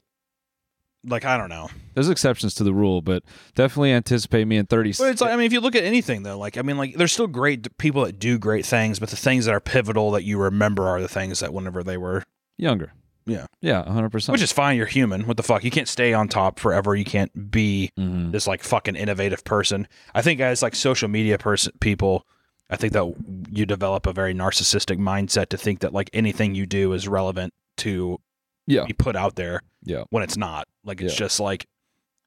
like I don't know. There's exceptions to the rule, but definitely anticipate me in 30. But it's uh, like I mean, if you look at anything though, like I mean, like there's still great d- people that do great things, but the things that are pivotal that you remember are the things that whenever they were, younger. Yeah. Yeah, 100. percent which is fine. You're human. What the fuck? You can't stay on top forever. You can't be mm-hmm. this like fucking innovative person. I think as like social media person people, I think that you develop a very narcissistic mindset to think that like anything you do is relevant to Yeah. be put out there Yeah. when it's not. Like it's Yeah. just like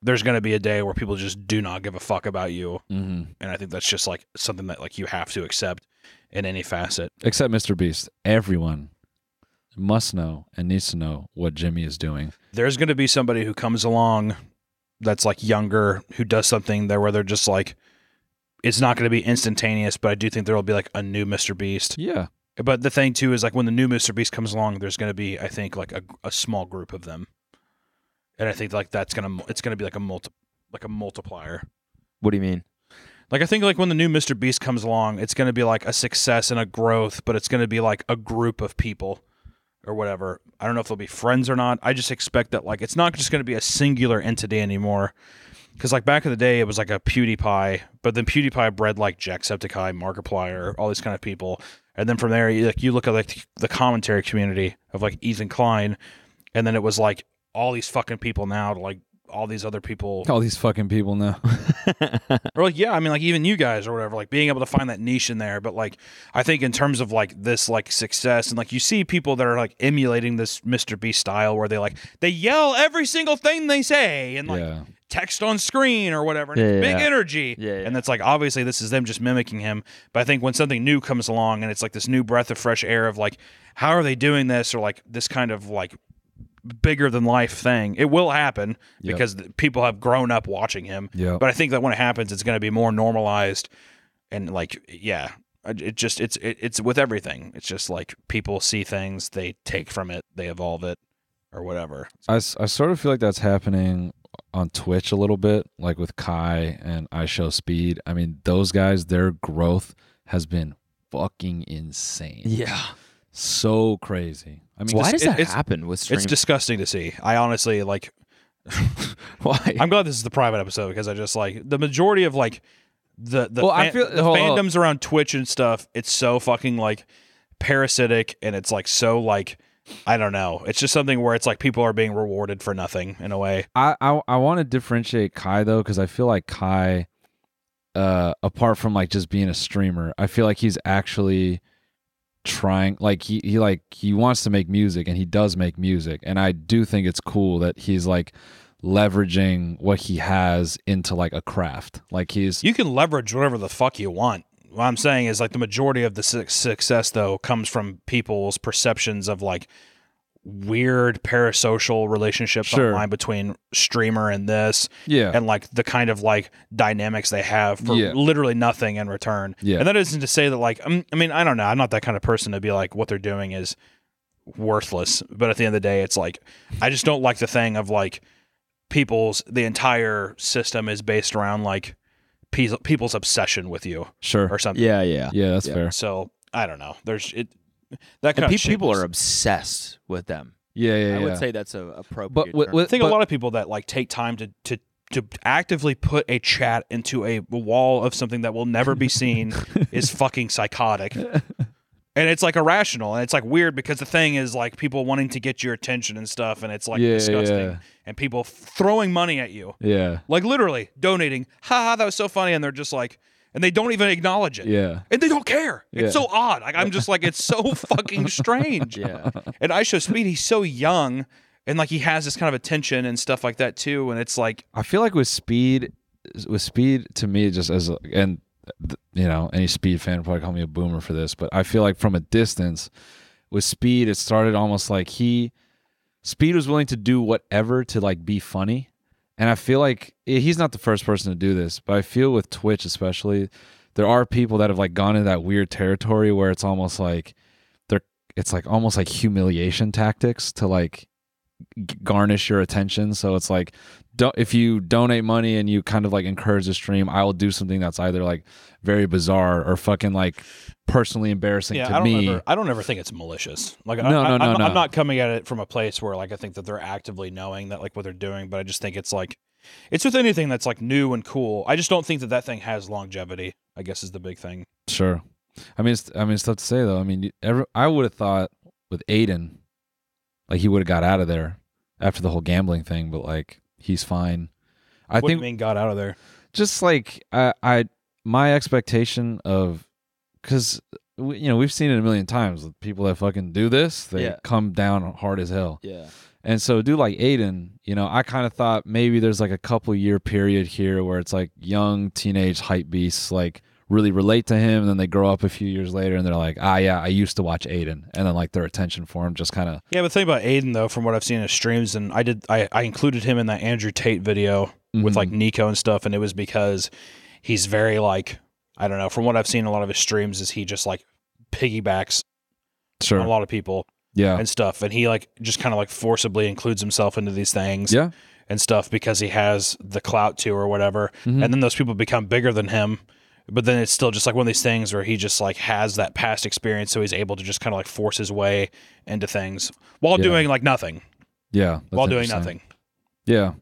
there's gonna be a day where people just do not give a fuck about you. Mm-hmm. and I think that's just like something that like you have to accept in any facet. Except Mr. Beast, everyone must know and needs to know what Jimmy is doing. There's going to be somebody who comes along that's like younger who does something there where they're just like it's not going to be instantaneous, but I do think there will be like a new Mr. Beast. Yeah. But the thing too is like when the new Mr. Beast comes along, there's going to be I think like a, a small group of them, and I think like that's gonna it's going to be like a multi like a multiplier. What do you mean? Like I think like when the new Mr. Beast comes along, it's going to be like a success and a growth, but it's going to be like a group of people or whatever. I don't know if they'll be friends or not. I just expect that like it's not just going to be a singular entity anymore. Cuz like back in the day it was like a PewDiePie, but then PewDiePie bred like Jacksepticeye, Markiplier, all these kind of people. And then from there you like you look at like the commentary community of like Ethan Klein and then it was like all these fucking people now to like all these other people All these fucking people know. or like yeah i mean like even you guys or whatever like being able to find that niche in there but like i think in terms of like this like success and like you see people that are like emulating this mr b style where they like they yell every single thing they say and like yeah. text on screen or whatever and Yeah, it's yeah, big yeah. energy Yeah, yeah. and that's like obviously this is them just mimicking him but i think when something new comes along and it's like this new breath of fresh air of like how are they doing this or like this kind of like bigger than life thing it will happen Yep. because th- people have grown up watching him Yeah. but I think that when it happens, it's going to be more normalized, and like, yeah, it it just it's it, it's with everything. It's just like people see things, they take from it, they evolve it, or whatever. I, s- I sort of feel like that's happening on Twitch a little bit, like with Kai and I Show Speed. I mean, those guys, their growth has been fucking insane. Yeah. So crazy. I mean, Why it's- does that it's- happen with streaming? It's disgusting to see. I honestly like. Why? I'm glad this is the private episode because I just like the majority of like the the, Well, I fan- feel- oh. the hold on. fandoms around Twitch and stuff. It's so fucking like parasitic, and it's like so like. I don't know. It's just something where it's like people are being rewarded for nothing in a way. I I, I want to differentiate Kai though because I feel like Kai, uh, apart from like just being a streamer, I feel like he's actually trying. Like he he like he wants to make music and he does make music, and I do think it's cool that he's like leveraging what he has into like a craft. Like he's You can leverage whatever the fuck you want. What I'm saying is like the majority of the su- success though comes from people's perceptions of like weird parasocial relationships Sure. online between streamer and this yeah and like the kind of like dynamics they have for Yeah. literally nothing in return. Yeah. And that isn't to say that like I'm, I mean I don't know, I'm not that kind of person to be like what they're doing is worthless, but at the end of the day it's like I just don't like the thing of like people's the entire system is based around like pe- people's obsession with you sure or something. yeah, yeah. yeah that's Yeah. fair So, I don't know. There's it that kind And of pe- shit people is- are obsessed with them. yeah yeah yeah. I would say that's a appropriate. but with, term. with, I think but- a lot of people that like take time to to to actively put a chat into a wall of something that will never be seen is fucking psychotic. And it's like irrational and it's like weird because the thing is like people wanting to get your attention and stuff and it's like Yeah, disgusting yeah. and people f- throwing money at you. yeah Like literally donating. Ha ha, that was so funny and they're just like and they don't even acknowledge it. yeah And they don't care. Yeah. It's so odd. Like I'm just like it's so fucking strange. yeah, And I show Speed, he's so young and like he has this kind of attention and stuff like that too. And it's like, I feel like with speed, with speed to me, just as a- and th- you know, any speed fan would probably call me a boomer for this, but I feel like from a distance, with speed, it started almost like he Speed was willing to do whatever to like be funny. And I feel like eh, he's not the first person to do this, but I feel with Twitch especially, there are people that have like gone into that weird territory where it's almost like they're it's like almost like humiliation tactics to like g- garnish your attention. So it's like don't if you donate money and you kind of like encourage the stream, I will do something that's either like very bizarre or fucking like personally embarrassing yeah, to I don't me. ever. I don't ever think it's malicious. Like, I, No, I, no, no, I'm, no. I'm not coming at it from a place where like I think that they're actively knowing that like what they're doing, but I just think it's like, it's with anything that's like new and cool. I just don't think that that thing has longevity. I guess is the big thing. Sure. I mean, it's, I mean, it's tough to say though. I mean, you- every, I would have thought with Aiden, like he would have got out of there after the whole gambling thing, but like he's fine. I I what think think mean got out of there. just like I, I my expectation of because you know we've seen it a million times with people that fucking do this they Yeah. come down hard as hell Yeah. and so do like aiden you know i kind of thought maybe there's like a couple year period here where it's like young teenage hype beasts like really relate to him and then they grow up a few years later and they're like ah yeah i used to watch aiden and then like their attention for him just kind of Yeah, but think about Aiden though. From what I've seen in his streams, and I did, I, I included him in that Andrew Tate video with Mm-hmm. like Nico and stuff, and it was because he's very like I don't know. From what I've seen, in a lot of his streams is he just like piggybacks mm-hmm, sure on a lot of people yeah and stuff, and he like just kind of like forcibly includes himself into these things yeah and stuff because he has the clout to or whatever, Mhm. and then those people become bigger than him. But then it's still just like one of these things where he just like has that past experience, so he's able to just kind of like force his way into things while Yeah. doing like nothing yeah that's while doing interesting. nothing. Yeah.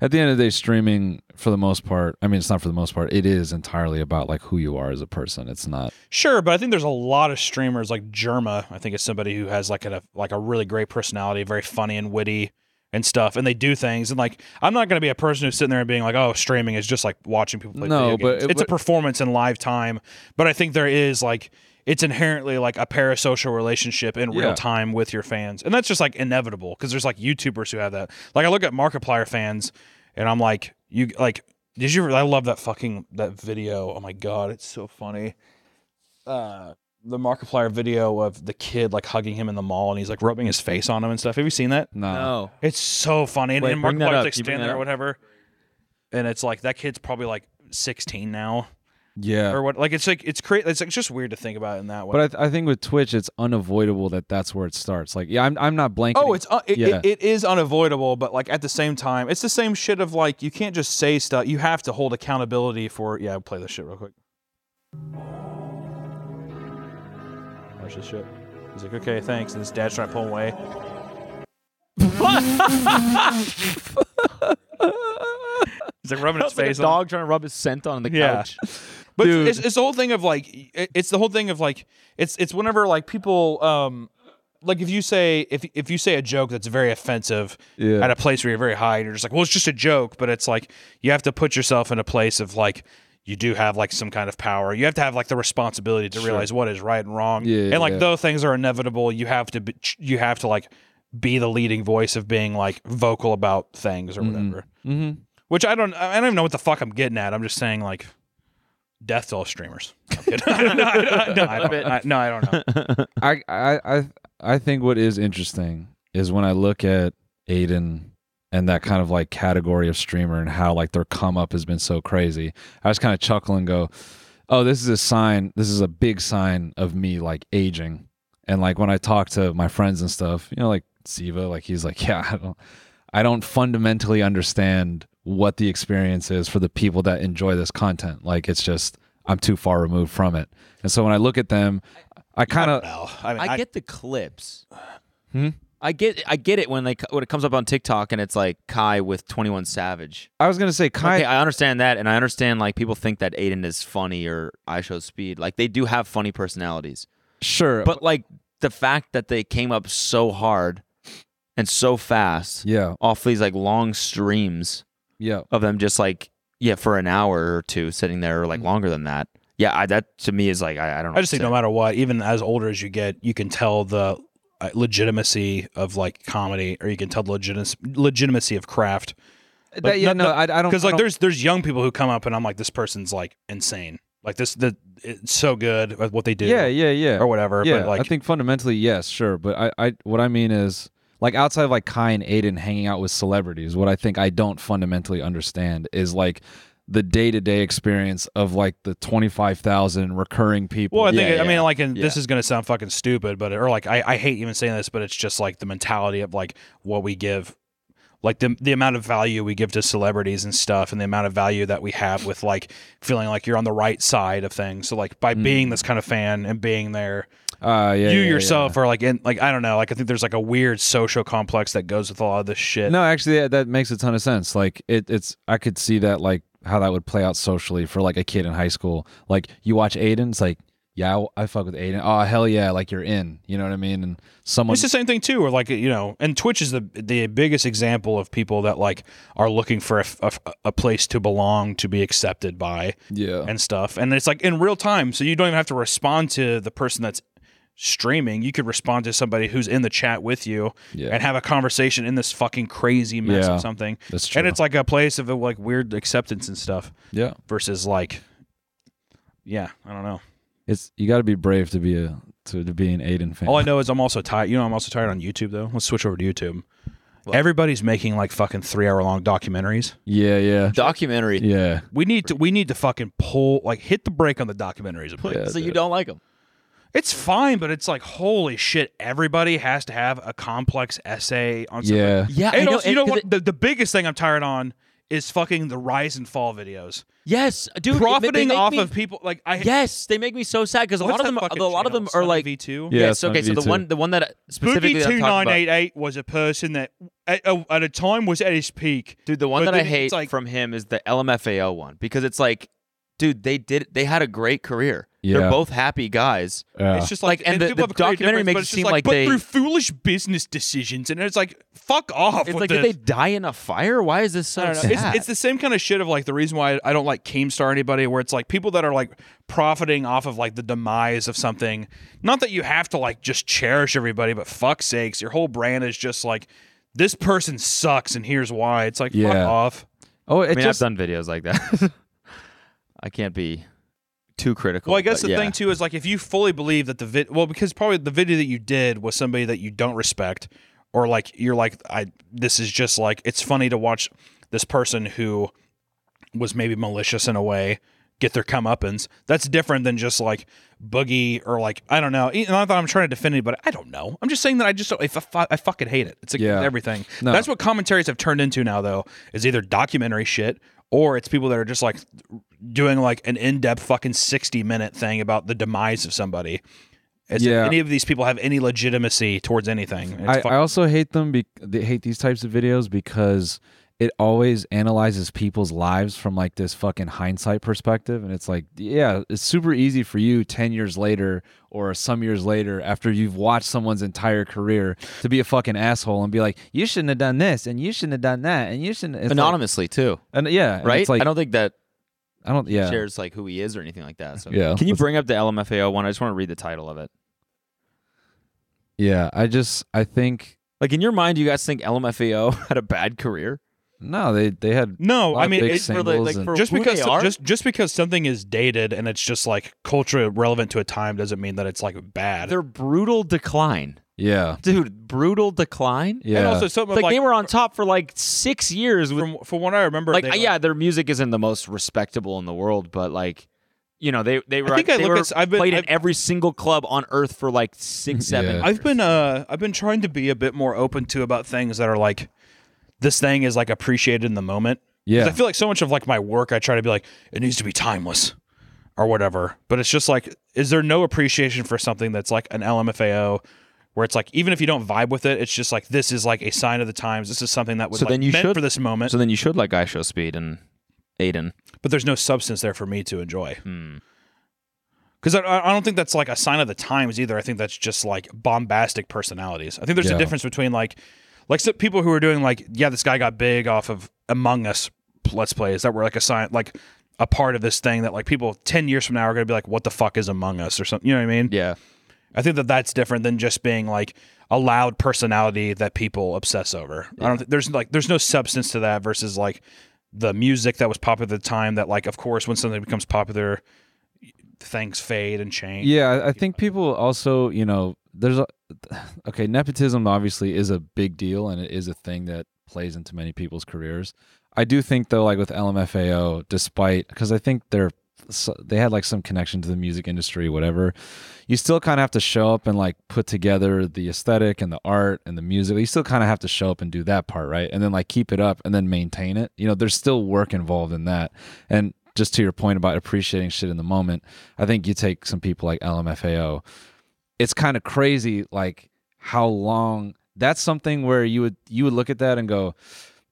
At the end of the day, streaming for the most part, I mean, it's not for the most part, it is entirely about like who you are as a person. It's not. Sure, but I think there's a lot of streamers like Germa. I think is somebody who has like a like a really great personality, very funny and witty and stuff, and they do things. And like, I'm not gonna be a person who's sitting there and being like, "Oh, streaming is just like watching people play." No, video but- games." it's a but- performance in live time. But I think there is like it's inherently like a parasocial relationship in real Yeah. time with your fans, and that's just like inevitable because there's like YouTubers who have that. Like, I look at Markiplier fans, and I'm like, you like. Did you? I love that fucking that video. Oh my god, it's so funny uh, the Markiplier video of the kid like hugging him in the mall and he's like rubbing his face on him and stuff. Have you seen that? No. No. It's so funny. And, Wait, and bring that Markiplier's up. like You bring standing that there or up. whatever. And it's like that kid's probably like 16 now Yeah. or what? Like it's like it's crazy. It's like just weird to think about in that way. But I, th- I think with Twitch, it's unavoidable that that's where it starts. Like, yeah, I'm, I'm not blanking. Oh, it's un- it, Yeah. it, it is unavoidable, but like at the same time, it's the same shit of like you can't just say stuff. You have to hold accountability for. Yeah, play this shit real quick. Watch this shit. He's like, okay, thanks, and his dad's trying to pull him away. He's like rubbing his It's like a face. on him. dog trying to rub his scent on the Yeah. couch. But Dude. it's, it's the whole thing of like it- it's the whole thing of like it's it's whenever like people um like if you say if if you say a joke that's very offensive Yeah. at a place where you're very high and you're just like well it's just a joke but it's like you have to put yourself in a place of like you do have like some kind of power you have to have like the responsibility to realize what is right and wrong Yeah, and like yeah. though things are inevitable you have to be, you have to like be the leading voice of being like vocal about things or whatever hmm which I don't, I don't even know what the fuck I'm getting at. I'm just saying like, death to all streamers. I'm kidding. no, I, no, I don't, I, no, I don't know. I, I, I, I think what is interesting is when I look at Aiden and that kind of like category of streamer and how like their come up has been so crazy. I just kind of chuckle and go, oh, this is a sign. This is a big sign of me like aging. And like when I talk to my friends and stuff, you know, like Siva, like he's like, yeah, I don't, I don't fundamentally understand what the experience is for the people that enjoy this content. Like it's just, I'm too far removed from it. And so when I look at them, I kind of, No, I, mean, I I- get the clips. I get I get it when they when it comes up on TikTok and it's like Kai with Twenty One Savage. I was gonna say Kai. Okay, I understand that, and I understand like people think that Aiden is funny or I show speed. Like they do have funny personalities, sure, but like the fact that they came up so hard and so fast yeah, off these like long streams yeah, of them just like yeah for an hour or two sitting there or like longer than that. Yeah, I, that to me is like I, I don't. know Mm-hmm. I what just to think say. no matter what, even as older as you get, you can tell the uh, legitimacy of like comedy, or you can tell the legitimacy legitimacy of craft. That- yeah. not- No, not- I, I don't Because I like don't- there's there's young people who come up and I'm like this person's like insane. Like this the it's so good at what they do. yeah, yeah, yeah. Or whatever. yeah, but like I think fundamentally yes, sure, but I, I what I mean is like outside of like Kai and Aiden hanging out with celebrities, what I think I don't fundamentally understand is like the day to day experience of like the twenty five thousand recurring people. Well, I think Yeah, I mean yeah. like, and this is gonna sound fucking stupid, but or like I, I hate even saying this, but it's just like the mentality of like what we give, like the the amount of value we give to celebrities and stuff, and the amount of value that we have with like feeling like you're on the right side of things. So like by being this kind of fan and being there, uh, yeah, you yeah, yourself are like in like I don't know, like I think there's like a weird social complex that goes with a lot of this yeah. shit. No, actually, yeah, that makes a ton of sense. Like it, it's I could see that like how that would play out socially for like a kid in high school. Like you watch Aiden, it's like yeah, I, I fuck with Aiden. Oh hell yeah, like you're in. You know what I mean? And someone It's the same thing too, or like you know, and Twitch is the the biggest example of people that like are looking for a, f- a f- a place to belong, to be accepted by, yeah. and stuff. And it's like in real time, so you don't even have to respond to the person that's streaming. You could respond to somebody who's in the chat with you Yeah. and have a conversation in this fucking crazy mess Yeah, of something. that's And true. it's like a place of like weird acceptance and stuff yeah. versus like, yeah, I don't know. It's you got to be brave to be a to, to be an Aiden fan. All I know is I'm also tired. You know, I'm also tired on YouTube though. Let's switch over to YouTube. Everybody's making like fucking three hour long documentaries. yeah, yeah, Documentary. yeah. We need to we need to fucking pull like hit the brake on the documentaries, please. So you don't like them. It's fine, but it's like holy shit. Everybody has to have a complex essay on something. Yeah. Yeah, And I know, also, you and- know 'cause what? it- the, the biggest thing I'm tired on is fucking the rise and fall videos. Yes, dude. it ma- they Profiting make off me- of people like I. Yes, they make me so sad because a what's lot of that them, fucking a lot of channel? them are Sunny like. V2. Yeah, yes. Sunny Okay. So the V2. one, the one that specifically Boogie that I'm two nine talking about, eight eight was a person that at, oh, at a time was at his peak. Dude, the one But that I then it's hate like- from him is the LMFAO one because it's like, dude, they did, they had a great career. Yeah. They're both happy guys. Yeah. It's just like Like, and the- people the have a career documentary difference, makes it but it's just seem like but they- through foolish business decisions, and it's like fuck off. It's with like, the, did they die in a fire? Why is this so I don't know. sad? It's, it's the same kind of shit of like the reason why I don't like Keemstar anybody, where it's like people that are like profiting off of like the demise of something. Not that you have to like just cherish everybody, but fuck sakes, your whole brand is just like this person sucks and here's why. It's like fuck Yeah. off. oh, it I mean, just I've done videos like that. I can't be too critical. Well, I guess but the yeah. thing too is like if you fully believe that the vid, well, because probably the video that you did was somebody that you don't respect, or like you're like, I this is just like it's funny to watch this person who was maybe malicious in a way get their comeuppance. That's different than just like boogie or like I don't know. And Not that I'm trying to defend anybody. I don't know. I'm just saying that I just don't, if I, fu- I fucking hate it. It's like Yeah. everything. No. That's what commentaries have turned into now though is either documentary shit or it's people that are just like doing like an in-depth fucking 60 minute thing about the demise of somebody as Yeah. if any of these people have any legitimacy towards anything It's I, fuck- I also hate them. Be, they hate these types of videos because it always analyzes people's lives from like this fucking hindsight perspective, and it's like, yeah, it's super easy for you ten years later or some years later after you've watched someone's entire career to be a fucking asshole and be like, you shouldn't have done this and you shouldn't have done that and you shouldn't. It's like- anonymously too, and yeah, and right? It's like I don't think that I don't. Yeah, shares like who he is or anything like that. So Yeah. Can you bring up the LMFAO one? I just want to read the title of it. yeah. I just I think Like in your mind, do you guys think LMFAO had a bad career? no, they they had a no lot i of mean big it's for the- singles like, and- for just who because they are? just just because something is dated and it's just like culture relevant to a time doesn't mean that it's like bad Their brutal decline, yeah. dude. Brutal decline. Yeah. and also something Like, like, they were on top for like six years with from, from what i remember like uh, they, yeah, their music isn't the most respectable in the world, but like you know they they were think I they look were at s- I've been- played I've- in every single club on earth for like six seven. Yeah. years. I've been uh I've been trying to be a bit more open to about things that are like this thing is like appreciated in the moment. 'Cause Yeah. I feel like so much of like my work I try to be like it needs to be timeless or whatever. But it's just like is there no appreciation for something that's like an LMFAO where it's like even if you don't vibe with it, it's just like this is like a sign of the times. This is something that was So like, then you meant should- for this moment. So then you should like I Show Speed and Aiden. but there's no substance there for me to enjoy. Hmm. Because I, I don't think that's like a sign of the times either. I think that's just like bombastic personalities. I think there's Yeah. a difference between like, like some people who are doing like, yeah, this guy got big off of Among Us Let's Plays that were like a sign, like a part of this thing that like people 10 years from now are going to be like, what the fuck is Among Us or something. You know what I mean? Yeah. I think that that's different than just being like a loud personality that people obsess over. I don't think there's like there's no substance to that versus like the music that was popular at the time that like of course when something becomes popular things fade and change. Yeah, I- I think people also, you know, there's a, okay, nepotism obviously is a big deal and it is a thing that plays into many people's careers. I do think though, like with LMFAO, despite because I think they're so they had like some connection to the music industry, whatever. You still kind of have to show up and like put together the aesthetic and the art and the music. You still kind of have to show up and do that part, right? And then like keep it up and then maintain it. You know, there's still work involved in that. And just to your point about appreciating shit in the moment, I think you take some people like LMFAO. It's kind of crazy, like how long. That's something where you would you would look at that and go,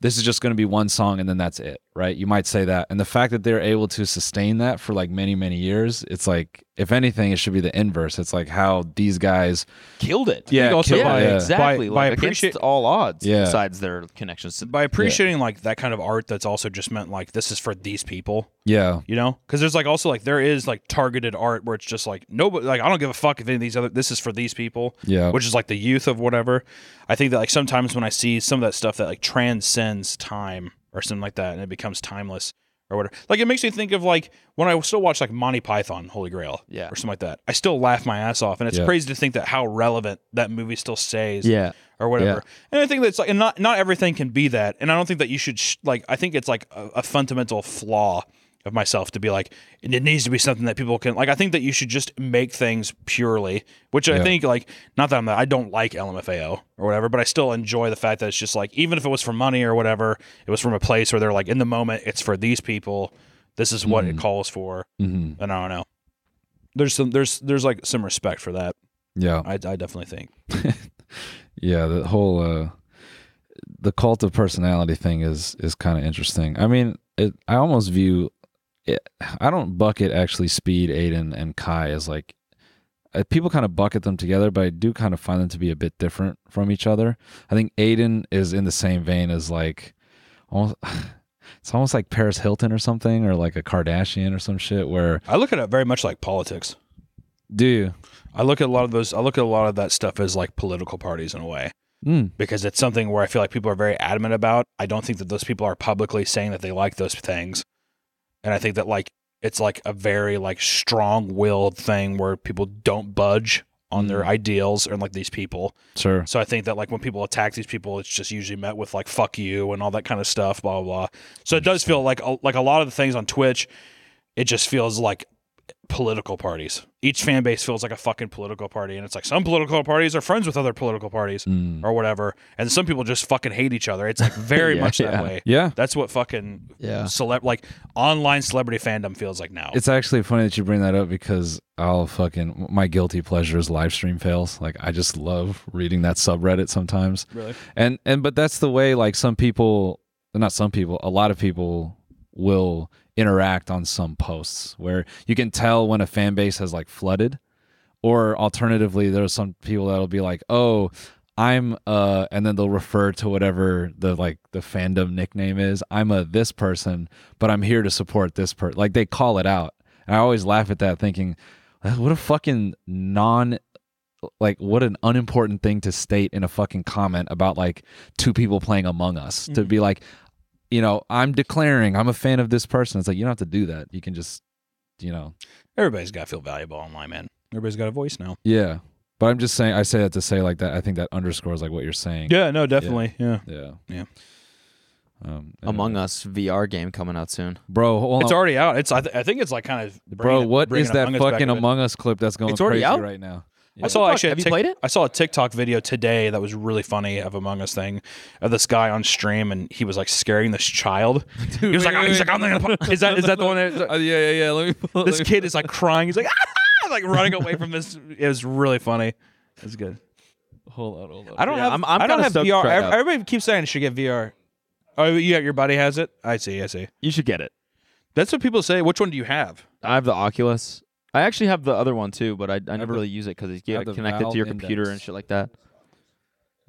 this is just going to be one song and then that's it, right? You might say that. And the fact that they're able to sustain that for like many, many years, it's like, if anything, it should be the inverse. It's like how these guys, Killed it. Yeah, also killed by, it. Yeah. exactly. By- by like appreciate- against all odds, Yeah. besides their connections to By appreciating like that kind of art that's also just meant like this is for these people, yeah, you know? Because there's like also like there is like targeted art where it's just like nobody like I don't give a fuck if any of these other this is for these people. Yeah. Which is like the youth of whatever. I think that like sometimes when I see some of that stuff that like transcends time or something like that and it becomes timeless or whatever. Like it makes me think of like when I still watch like Monty Python, Holy Grail. Yeah. Or something like that. I still laugh my ass off. And it's Yeah. crazy to think that how relevant that movie still stays Yeah. or whatever. And I think that's like, and not not everything can be that. And I don't think that you should sh- like. I think it's like a, a fundamental flaw of myself to be like, it needs to be something that people can like. I think that you should just make things purely, which I Yeah. think like, not that I'm I don't like LMFAO or whatever, but I still enjoy the fact that it's just like, even if it was for money or whatever, it was from a place where they're like, in the moment, it's for these people. This is what it calls for, hmm and I don't know. There's some there's there's like some respect for that. yeah, I, I definitely think. yeah. The whole, uh, the cult of personality thing is, is kind of interesting. I mean, it, I almost view it, I don't bucket actually speed, Aiden and Kai as like, uh, people kind of bucket them together, but I do kind of find them to be a bit different from each other. I think Aiden is in the same vein as like almost it's almost like Paris Hilton or something or like a Kardashian or some shit where I look at it very much like politics. do you I look at a lot of those. I look at a lot of that stuff as like political parties in a way mm, because it's something where I feel like people are very adamant about. I don't think that those people are publicly saying that they like those things, and I think that like it's like a very like strong-willed thing where people don't budge on their ideals and like these people. sure So I think that like when people attack these people, it's just usually met with like "fuck you" and all that kind of stuff, blah blah. blah. So it does feel like a, like a lot of the things on Twitch, it just feels like political parties. Each fan base feels like a fucking political party, and it's like some political parties are friends with other political parties Mm. or whatever, and some people just fucking hate each other. It's like very Yeah, much that yeah. way. yeah That's what fucking Yeah. celeb like online celebrity fandom feels like now. it's actually funny that you bring that up because I'll fucking my guilty pleasure is live stream fails. Like I just love reading that subreddit sometimes. Really? And and but that's the way like some people not some people, a lot of people will interact on some posts where you can tell when a fan base has like flooded or alternatively there's some people that'll be like oh i'm uh and then they'll refer to whatever the like the fandom nickname is i'm a this person but i'm here to support this person like they call it out and i always laugh at that thinking "Ah, what a fucking non like what an unimportant thing to state in a fucking comment about like two people playing among us to be like you know i'm declaring i'm a fan of this person it's like you don't have to do that you can just you know Everybody's got to feel valuable online, man. Everybody's got a voice now. yeah. But I'm just saying I say that to say like that I think that underscores like what you're saying. Yeah, no, definitely. Yeah. Yeah. Yeah. Um, Among Us VR game coming out soon. Bro, hold It's on. already out. It's I, th- I think it's like kind of Bro, what is that fucking among? Among Us clip that's going It's already crazy out? right now? I saw fuck? actually. a Have you Tik- played it? I saw a TikTok video today that was really funny of Among Us thing of this guy on stream and he was like scaring this child. he was like, he's like, I'm not gonna. pu-" Is that is that the one? That, Uh, yeah, yeah, yeah. Let me pull this let me- kid is like crying. He's like, "Ah!" like running away from this. It was really funny. It's good. hold on, hold on. I don't Yeah, have. I'm- I'm, I'm I'm I do kinda not have stoked VR. to try it Ev- out. Everybody keeps saying I should get VR. Oh, yeah, your buddy has it. I see. I see. You should get it. That's what people say. Which one do you have? I have the Oculus. I actually have the other one too, but I, I never really use it because it's I yeah, have the connected to your Valve computer Index. and shit like that.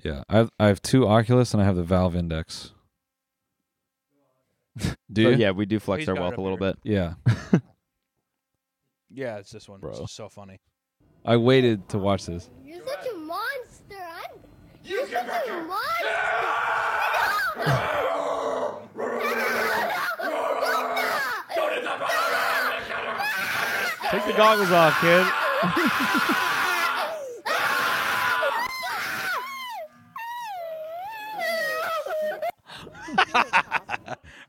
Yeah. I have I have two Oculus and I have the Valve Index. Do you? But Oh, yeah, we do flex He's our got it wealth up a little there. bit. Yeah. Yeah, it's this one. Bro. It's so funny. I waited to watch this. You're such a monster. I'm. You're such a monster. Take the goggles off, kid. No,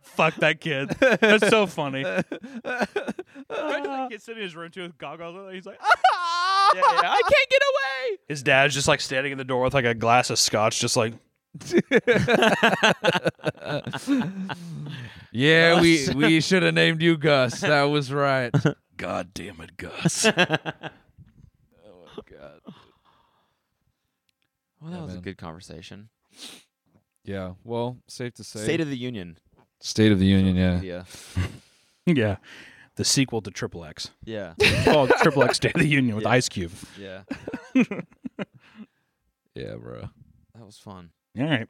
Fuck that kid. That's so funny. Imagine that kid sitting in his room too with goggles on. He's like, yeah, I can't get away. his dad's just like standing in the door with like a glass of scotch, just like Yeah, we we should have named you Gus. That was right. God damn it, Gus. Well, that was a man. good conversation. Yeah. Well, safe to say. State of the Union. State of the Union. Yeah. Yeah. yeah. The sequel to Triple X. Yeah. Well, Triple X Day of the Union with Ice Cube. Yeah. Yeah, bro. That was fun. All right.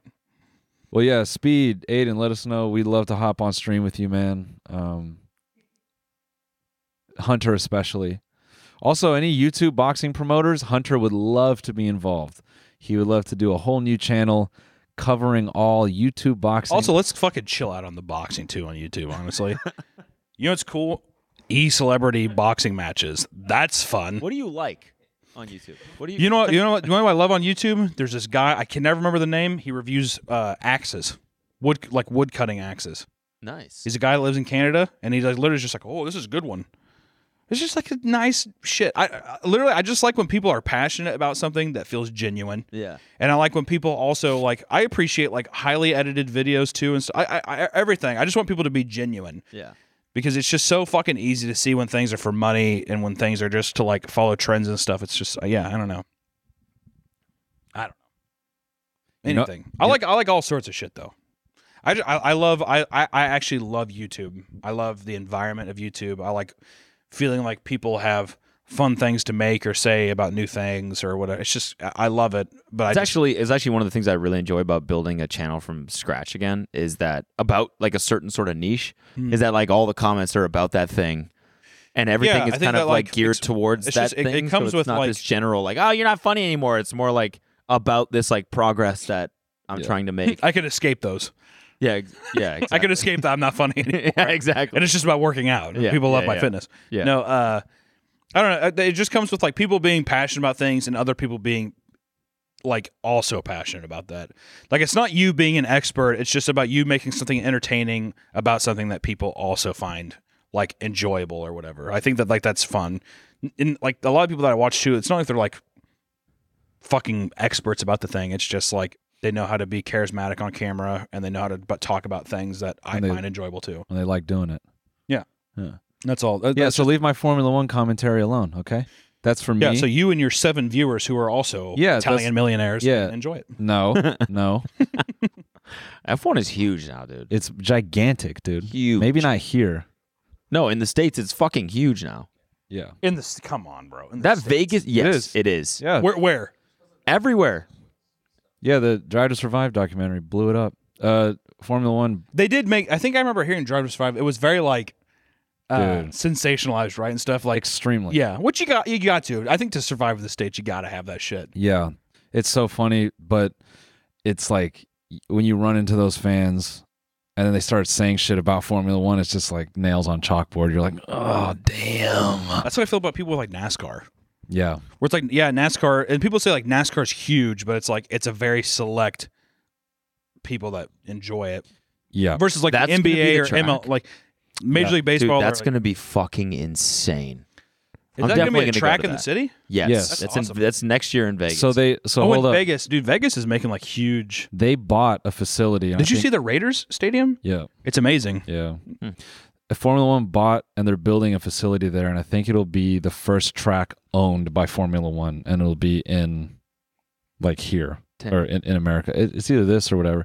Well, yeah. Speed, Aiden, let us know. We'd love to hop on stream with you, man. Um, Hunter especially. Also, any YouTube boxing promoters, Hunter would love to be involved. He would love to do a whole new channel covering all YouTube boxing. Also, let's fucking chill out on the boxing too on YouTube, honestly. you know what's cool? E celebrity boxing matches. That's fun. What do you like on YouTube? What do you? You know what? You know what? You know what I love on YouTube? There's this guy I can never remember the name. He reviews uh, axes, wood like wood cutting axes. nice. He's a guy that lives in Canada, and he's like literally just like, oh, this is a good one. It's just like a nice shit. I, I literally I just like when people are passionate about something that feels genuine. yeah. And I like when people also like I appreciate like highly edited videos too and so I, I, I everything. I just want people to be genuine Yeah. because it's just so fucking easy to see when things are for money and when things are just to like follow trends and stuff. It's just uh, yeah, I don't know. I don't know You know- anything. I like I like all sorts of shit though. I, ju- I, I love I, I I actually love YouTube. I love the environment of YouTube. I like feeling like people have fun things to make or say about new things or whatever. It's just I I love it, but I It's just- actually it's actually one of the things I really enjoy about building a channel from scratch again is that about like a certain sort of niche Hmm. is that like all the comments are about that thing. And everything I is think kind of that, like, like, geared it's- towards it's that just- it- it thing. so comes it's with, not like- this general like, oh, you're not funny anymore. It's more like about this like progress that I'm trying to make. I could escape those. yeah, ex- yeah. Exactly. I could escape that I'm not funny anymore. yeah, exactly. and it's just about working out. Yeah, people love yeah, my yeah. fitness. Yeah. No, uh, I don't know. Uh, It just comes with like people being passionate about things and other people being like also passionate about that. Like it's not you being an expert. It's just about you making something entertaining about something that people also find like enjoyable or whatever. I think that like that's fun. And like a lot of people that I watch too, it's not like they're like fucking experts about the thing. It's just like they know how to be charismatic on camera and they know how to but talk about things that I And they- find enjoyable too. and they like doing it. That's all. Yeah. so leave my Formula One commentary alone, okay? That's for me. Yeah, so you and your seven viewers who are also Yeah, that's- Italian millionaires yeah. enjoy it. no, no. F1 is huge now, dude. It's gigantic, dude. Huge. Maybe not here. No, in the states, it's fucking huge now. Yeah. In this, come on, bro. In the That States. Vegas, yes, is. it is. Yeah. Where? where? Everywhere. Yeah, the Drive to Survive documentary blew it up. Uh Formula 1 They did make. I think I remember hearing Drive to Survive. It was very like uh, Dude. sensationalized, right, and stuff like. extremely. Yeah, what you got? You got to. I think to survive in the states, you got to have that shit. Yeah. It's so funny, but it's like when you run into those fans and then they start saying shit about Formula 1, it's just like nails on chalkboard. You're like, "Oh, damn." That's how I feel about people with like NASCAR. Yeah. Where it's like, yeah, NASCAR, and people say like NASCAR's huge, but it's like it's a very select people that enjoy it Yeah. versus like the That's gonna be NBA the or ML, track. like Major League Baseball. Dude, that's or, like- going to be fucking insane. Is I'm that gonna be definitely a gonna go track to in the that. city? Yes, Yes. that's That's in- awesome. that's next year in Vegas. So they so oh, hold in up. Vegas, dude. Vegas is making like huge. They bought a facility. and I Did you Hmm. think- see the Raiders stadium? Yeah. It's amazing. Yeah. Formula One bought and they're building a facility there, and I think it'll be the first track owned by Formula One, and it'll be in like here Ten. or in, in America. It- it's either this or whatever.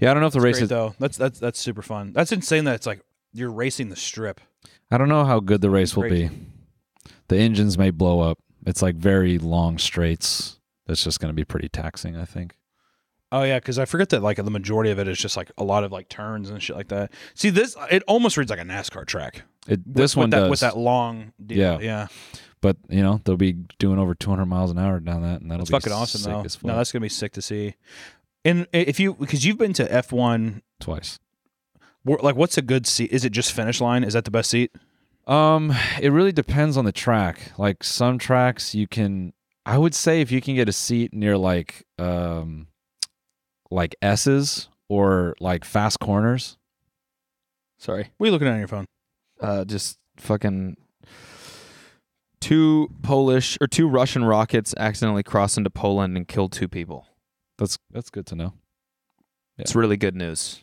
Yeah, I don't know if the race Great is. though. That's that's that's super fun. That's insane. That it's like you're racing the strip. I don't know how good the race will be. Great. The engines may blow up. It's like very long straights. That's just going to be pretty taxing, I think. Oh yeah, because I forget that like the majority of it is just like a lot of like turns and shit like that. See this, it almost reads like a NASCAR track. It, this with one that, does, with that long deal. Yeah. Yeah, yeah. but you know they'll be doing over 200 miles an hour down that, and that'll That's be fucking awesome sick though. as fuck. No, that's gonna be sick to see. And if you because you've been to F1, twice. wh- like what's a good seat? Is it just finish line? Is that the best seat? Um, it really depends on the track. Like some tracks you can I would say if you can get a seat near like um like S's or like fast corners. Sorry. What are you looking at on your phone? Uh, just fucking two Polish or two Russian rockets accidentally crossed into Poland and killed two people. That's that's good to know. It's really good news.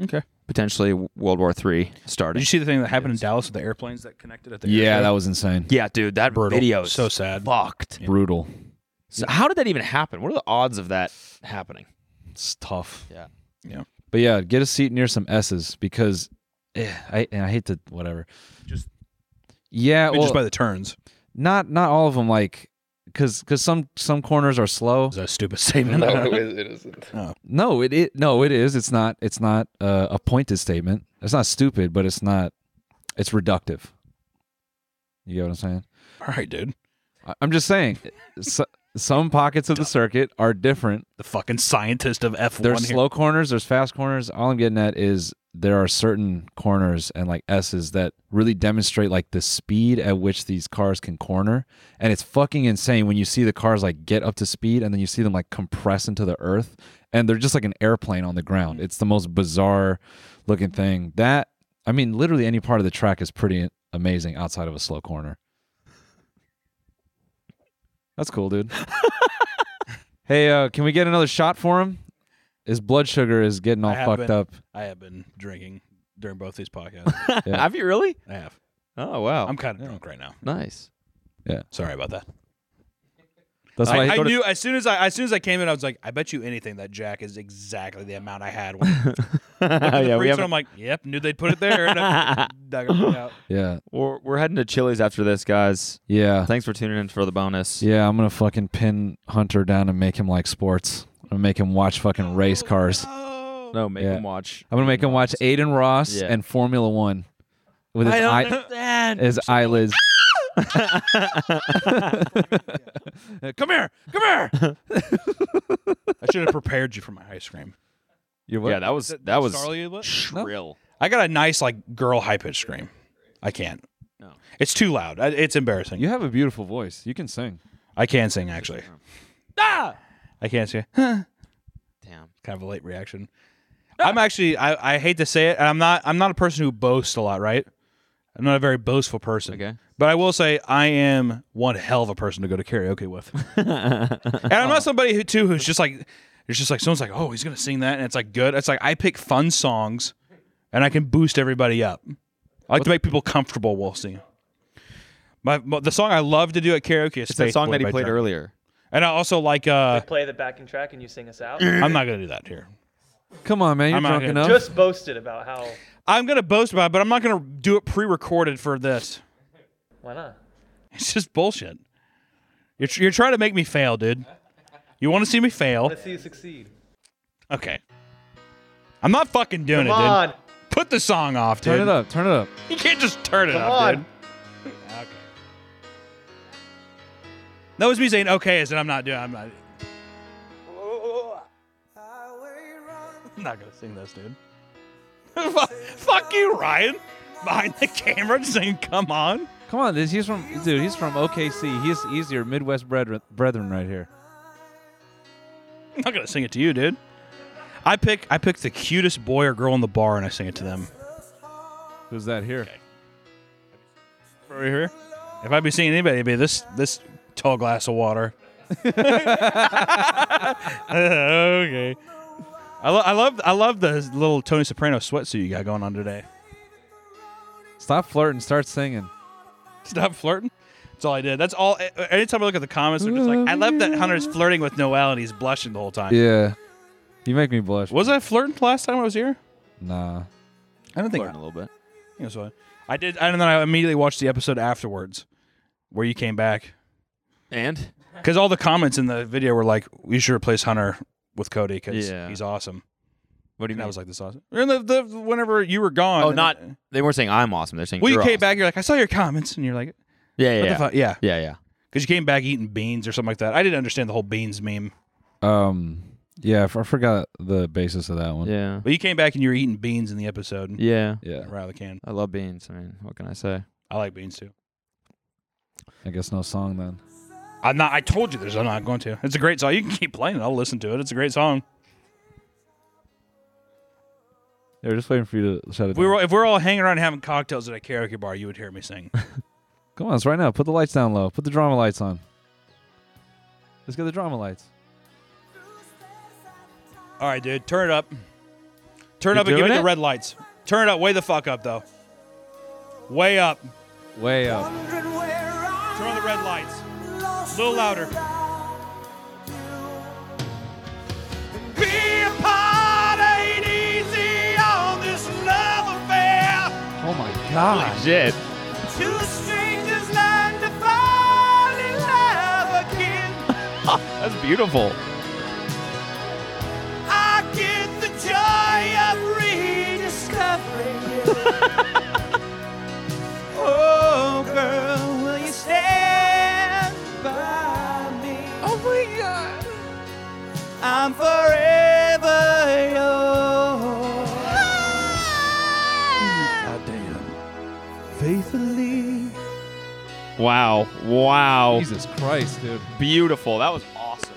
Okay. Potentially w- World War Three Did starting. you see the thing that happened in Dallas with the airplanes that connected at the yeah, airport? that was insane. yeah, dude, that Brutal. video is So sad. Fucked. Brutal. So how did that even happen? What are the odds of that happening? It's tough. Yeah. Yeah. But yeah, get a seat near some S's because eh, I and I hate to whatever. Just- yeah, Maybe well, just by the turns. not not all of them like because because some some corners are slow. Is that a stupid statement? No, it, it isn't. No, it, it no, it is. It's not. It's not uh, a pointed statement. It's not stupid, but it's not. It's reductive. You get what I'm saying? All right, dude. I, I'm just saying. so, some pockets of the circuit are different. The fucking scientist of F1 There's here. slow corners. There's fast corners. All I'm getting at is there are certain corners and like S's that really demonstrate like the speed at which these cars can corner, and it's fucking insane when you see the cars like get up to speed and then you see them like compress into the earth, and they're just like an airplane on the ground. It's the most bizarre looking thing. That I mean, literally any part of the track is pretty amazing outside of a slow corner. That's cool, dude. hey, uh, can we get another shot for him? His blood sugar is getting all I have fucked been. up. I have been drinking during both these podcasts. Yeah. Have you really? I have. Oh wow. I'm kind of drunk right now. nice. Sorry about that. That's why I, I he- knew as soon as I as soon as I came in, I was like, I bet you anything that Jack is exactly the amount I had. When I looked at the yeah, we freezer, I'm haven't- like, yep, knew they'd put it there. And I dug it out. Yeah, we're, we're heading to Chili's after this, guys. yeah, Thanks for tuning in for the bonus. yeah. I'm gonna fucking pin Hunter down and make him like sports. I'm gonna make him watch fucking race cars. No, make Yeah. them watch. I'm gonna make him watch Aiden Ross Yeah. and Formula One with his eye, understand. his eyelids. come here, come here. I should have prepared you for my ice cream. You're Yeah, that was that was Charlie, what? shrill. I got a nice like girl high pitched scream. I can't. No. It's too loud. I, it's embarrassing. You have a beautiful voice. You can sing. I can sing actually. Ah! I can't sing. Damn. kind of a late reaction. Ah! I'm actually I, I hate to say it, and I'm not I'm not a person who boasts a lot, right? I'm not a very boastful person. Okay. But I will say I am one hell of a person to go to karaoke with. and I'm not somebody who too who's just like it's just like someone's like, oh, he's gonna sing that and it's like good. It's like I pick fun songs and I can boost everybody up. I like to make people comfortable while singing. My, my- the song I love to do at karaoke is It's that Faith song Boy that he by played Drake. earlier. And I also like uh play the backing track and you sing us out. I'm not gonna do that here. Come on, man. You're I'm not drunk gonna- enough. Just boasted about how. I'm gonna boast about it, but I'm not gonna do it pre-recorded for this. Why not? It's just bullshit. You're, tr- you're trying to make me fail, dude. You want to see me fail? Let's see you succeed. Okay. I'm not fucking doing Come it, on, dude. Put the song off, dude. Turn it up. Turn it up. You can't just turn it come up, on. dude. That was me saying okay, as in I'm not doing. I'm not. I'm not gonna sing this, dude. Fuck- Fuck you, Ryan. Behind the camera, saying "Come on." Come on, dude. He's from dude. He's from OKC. He's he's your Midwest brethren, brethren right here. I'm not gonna sing it to you, dude. I pick I pick the cutest boy or girl in the bar and I sing it to them. Who's that here? Over here. If I'd be singing anybody, it'd be this this tall glass of water. okay. I, lo- I love I love the little Tony Soprano sweatsuit you got going on today. Stop flirting. Start singing. Stop flirting. That's all I did. That's all. a- Anytime I look at the comments, they're just like, I love that Hunter's flirting with Noel and he's blushing the whole time. Yeah. You make me blush. Was I flirting last time I was here? Nah. I don't think. Learn a little bit. It was fun. I did, and then I immediately watched the episode afterwards, where you came back, And because all the comments in the video were like, "You should replace Hunter with Cody because Yeah. he's awesome." what do you And mean? I was like, "This awesome." And the, the whenever you were gone, oh, and- not. They weren't saying I'm awesome. They're saying well, you you're came awesome. back. You're like, "I saw your comments," and you're like, Yeah, yeah, "What yeah. the fuck?" Yeah, yeah, yeah. because you came back eating beans or something like that. I didn't understand the whole beans meme, Um. Yeah. I f- I forgot the basis of that one. Yeah, but you came back and you were eating beans in the episode. yeah. Yeah. Right out of the can. I love beans. I mean, what can I say? I like beans too. I guess no song then. I'm not. I told you there's. I'm not going to. It's a great song. You can keep playing it. I'll listen to it. It's a great song. They were just waiting for you to shut it If we down. were if we we're all hanging around having cocktails at a karaoke bar, you would hear me sing. Come on, it's right now. Put the lights down low. Put the drama lights on. Let's get the drama lights. all right, dude, turn it up. Turn You up and give me doing the it? red lights. Turn it up, way the fuck up though. Way up. Way up. Turn on the red lights. A little louder. Oh my god. Shit. That's beautiful. Wow. Oh. Wow. Jesus Christ, dude. Beautiful. That was awesome.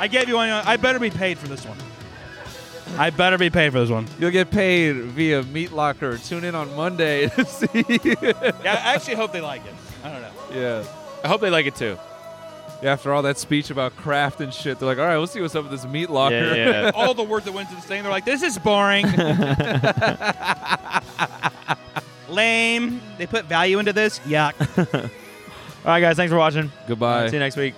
I gave you one. uh, I better be paid for this one. I better be paid for this one. You'll get paid via Meat Locker. Tune in on Monday to see. Yeah, I actually hope they like it. I don't know. yeah. I hope they like it too. Yeah, After all that speech about craft and shit, they're like, all right, we'll see what's up with this Meat Locker. yeah. All the work that went into this thing, they're like, this is boring. Lame. They put value into this. Yuck. All right, guys. Thanks for watching. Goodbye. See you next week.